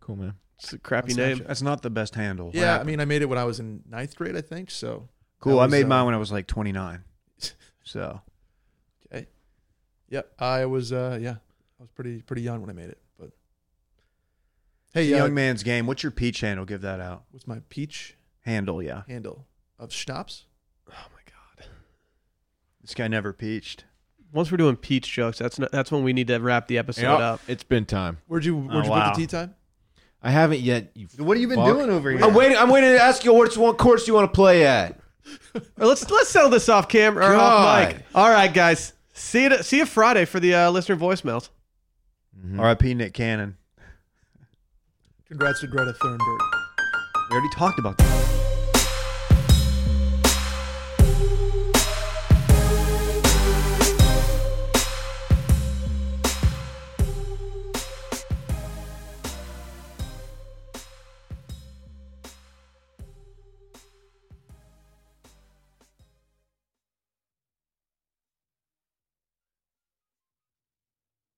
Speaker 3: Cool, man.
Speaker 1: It's a crappy
Speaker 4: On
Speaker 1: name.
Speaker 4: Snapchat.
Speaker 2: That's not the best handle.
Speaker 4: eh, Yeah, I mean, I made it when I was in ninth grade, I think. So
Speaker 2: Cool.
Speaker 4: That
Speaker 2: I
Speaker 4: was,
Speaker 2: made
Speaker 4: uh,
Speaker 2: mine when I was like 29. So
Speaker 4: Yep. I was uh yeah. I was pretty pretty young when I made it, but Hey,
Speaker 2: It's a
Speaker 4: yeah.
Speaker 2: young man's game. What's your peach handle? Give that out.
Speaker 4: what's my peach
Speaker 2: Handle, yeah.
Speaker 4: handle of schnapps?
Speaker 1: Oh my god.
Speaker 2: This guy never peached.
Speaker 1: Once we're doing peach jokes, that's not, that's when we need to wrap the episode
Speaker 3: Yep,
Speaker 1: up.
Speaker 3: It's been time.
Speaker 4: Where'd you where'd you
Speaker 2: Oh, wow.
Speaker 4: put the tea time?
Speaker 3: I haven't yet. You
Speaker 2: What have you been
Speaker 3: Fuck.
Speaker 2: doing over here?
Speaker 3: I'm waiting. I'm waiting to ask you what one course you want to play at.
Speaker 1: All right, let's let's settle this off camera or off
Speaker 3: God.
Speaker 1: mic. All right, guys. See you see you Friday for the uh, listener voicemails.
Speaker 3: Mm-hmm.
Speaker 2: R.I.P. Nick Cannon.
Speaker 4: Congrats to Greta Thunberg.
Speaker 2: We already talked about that.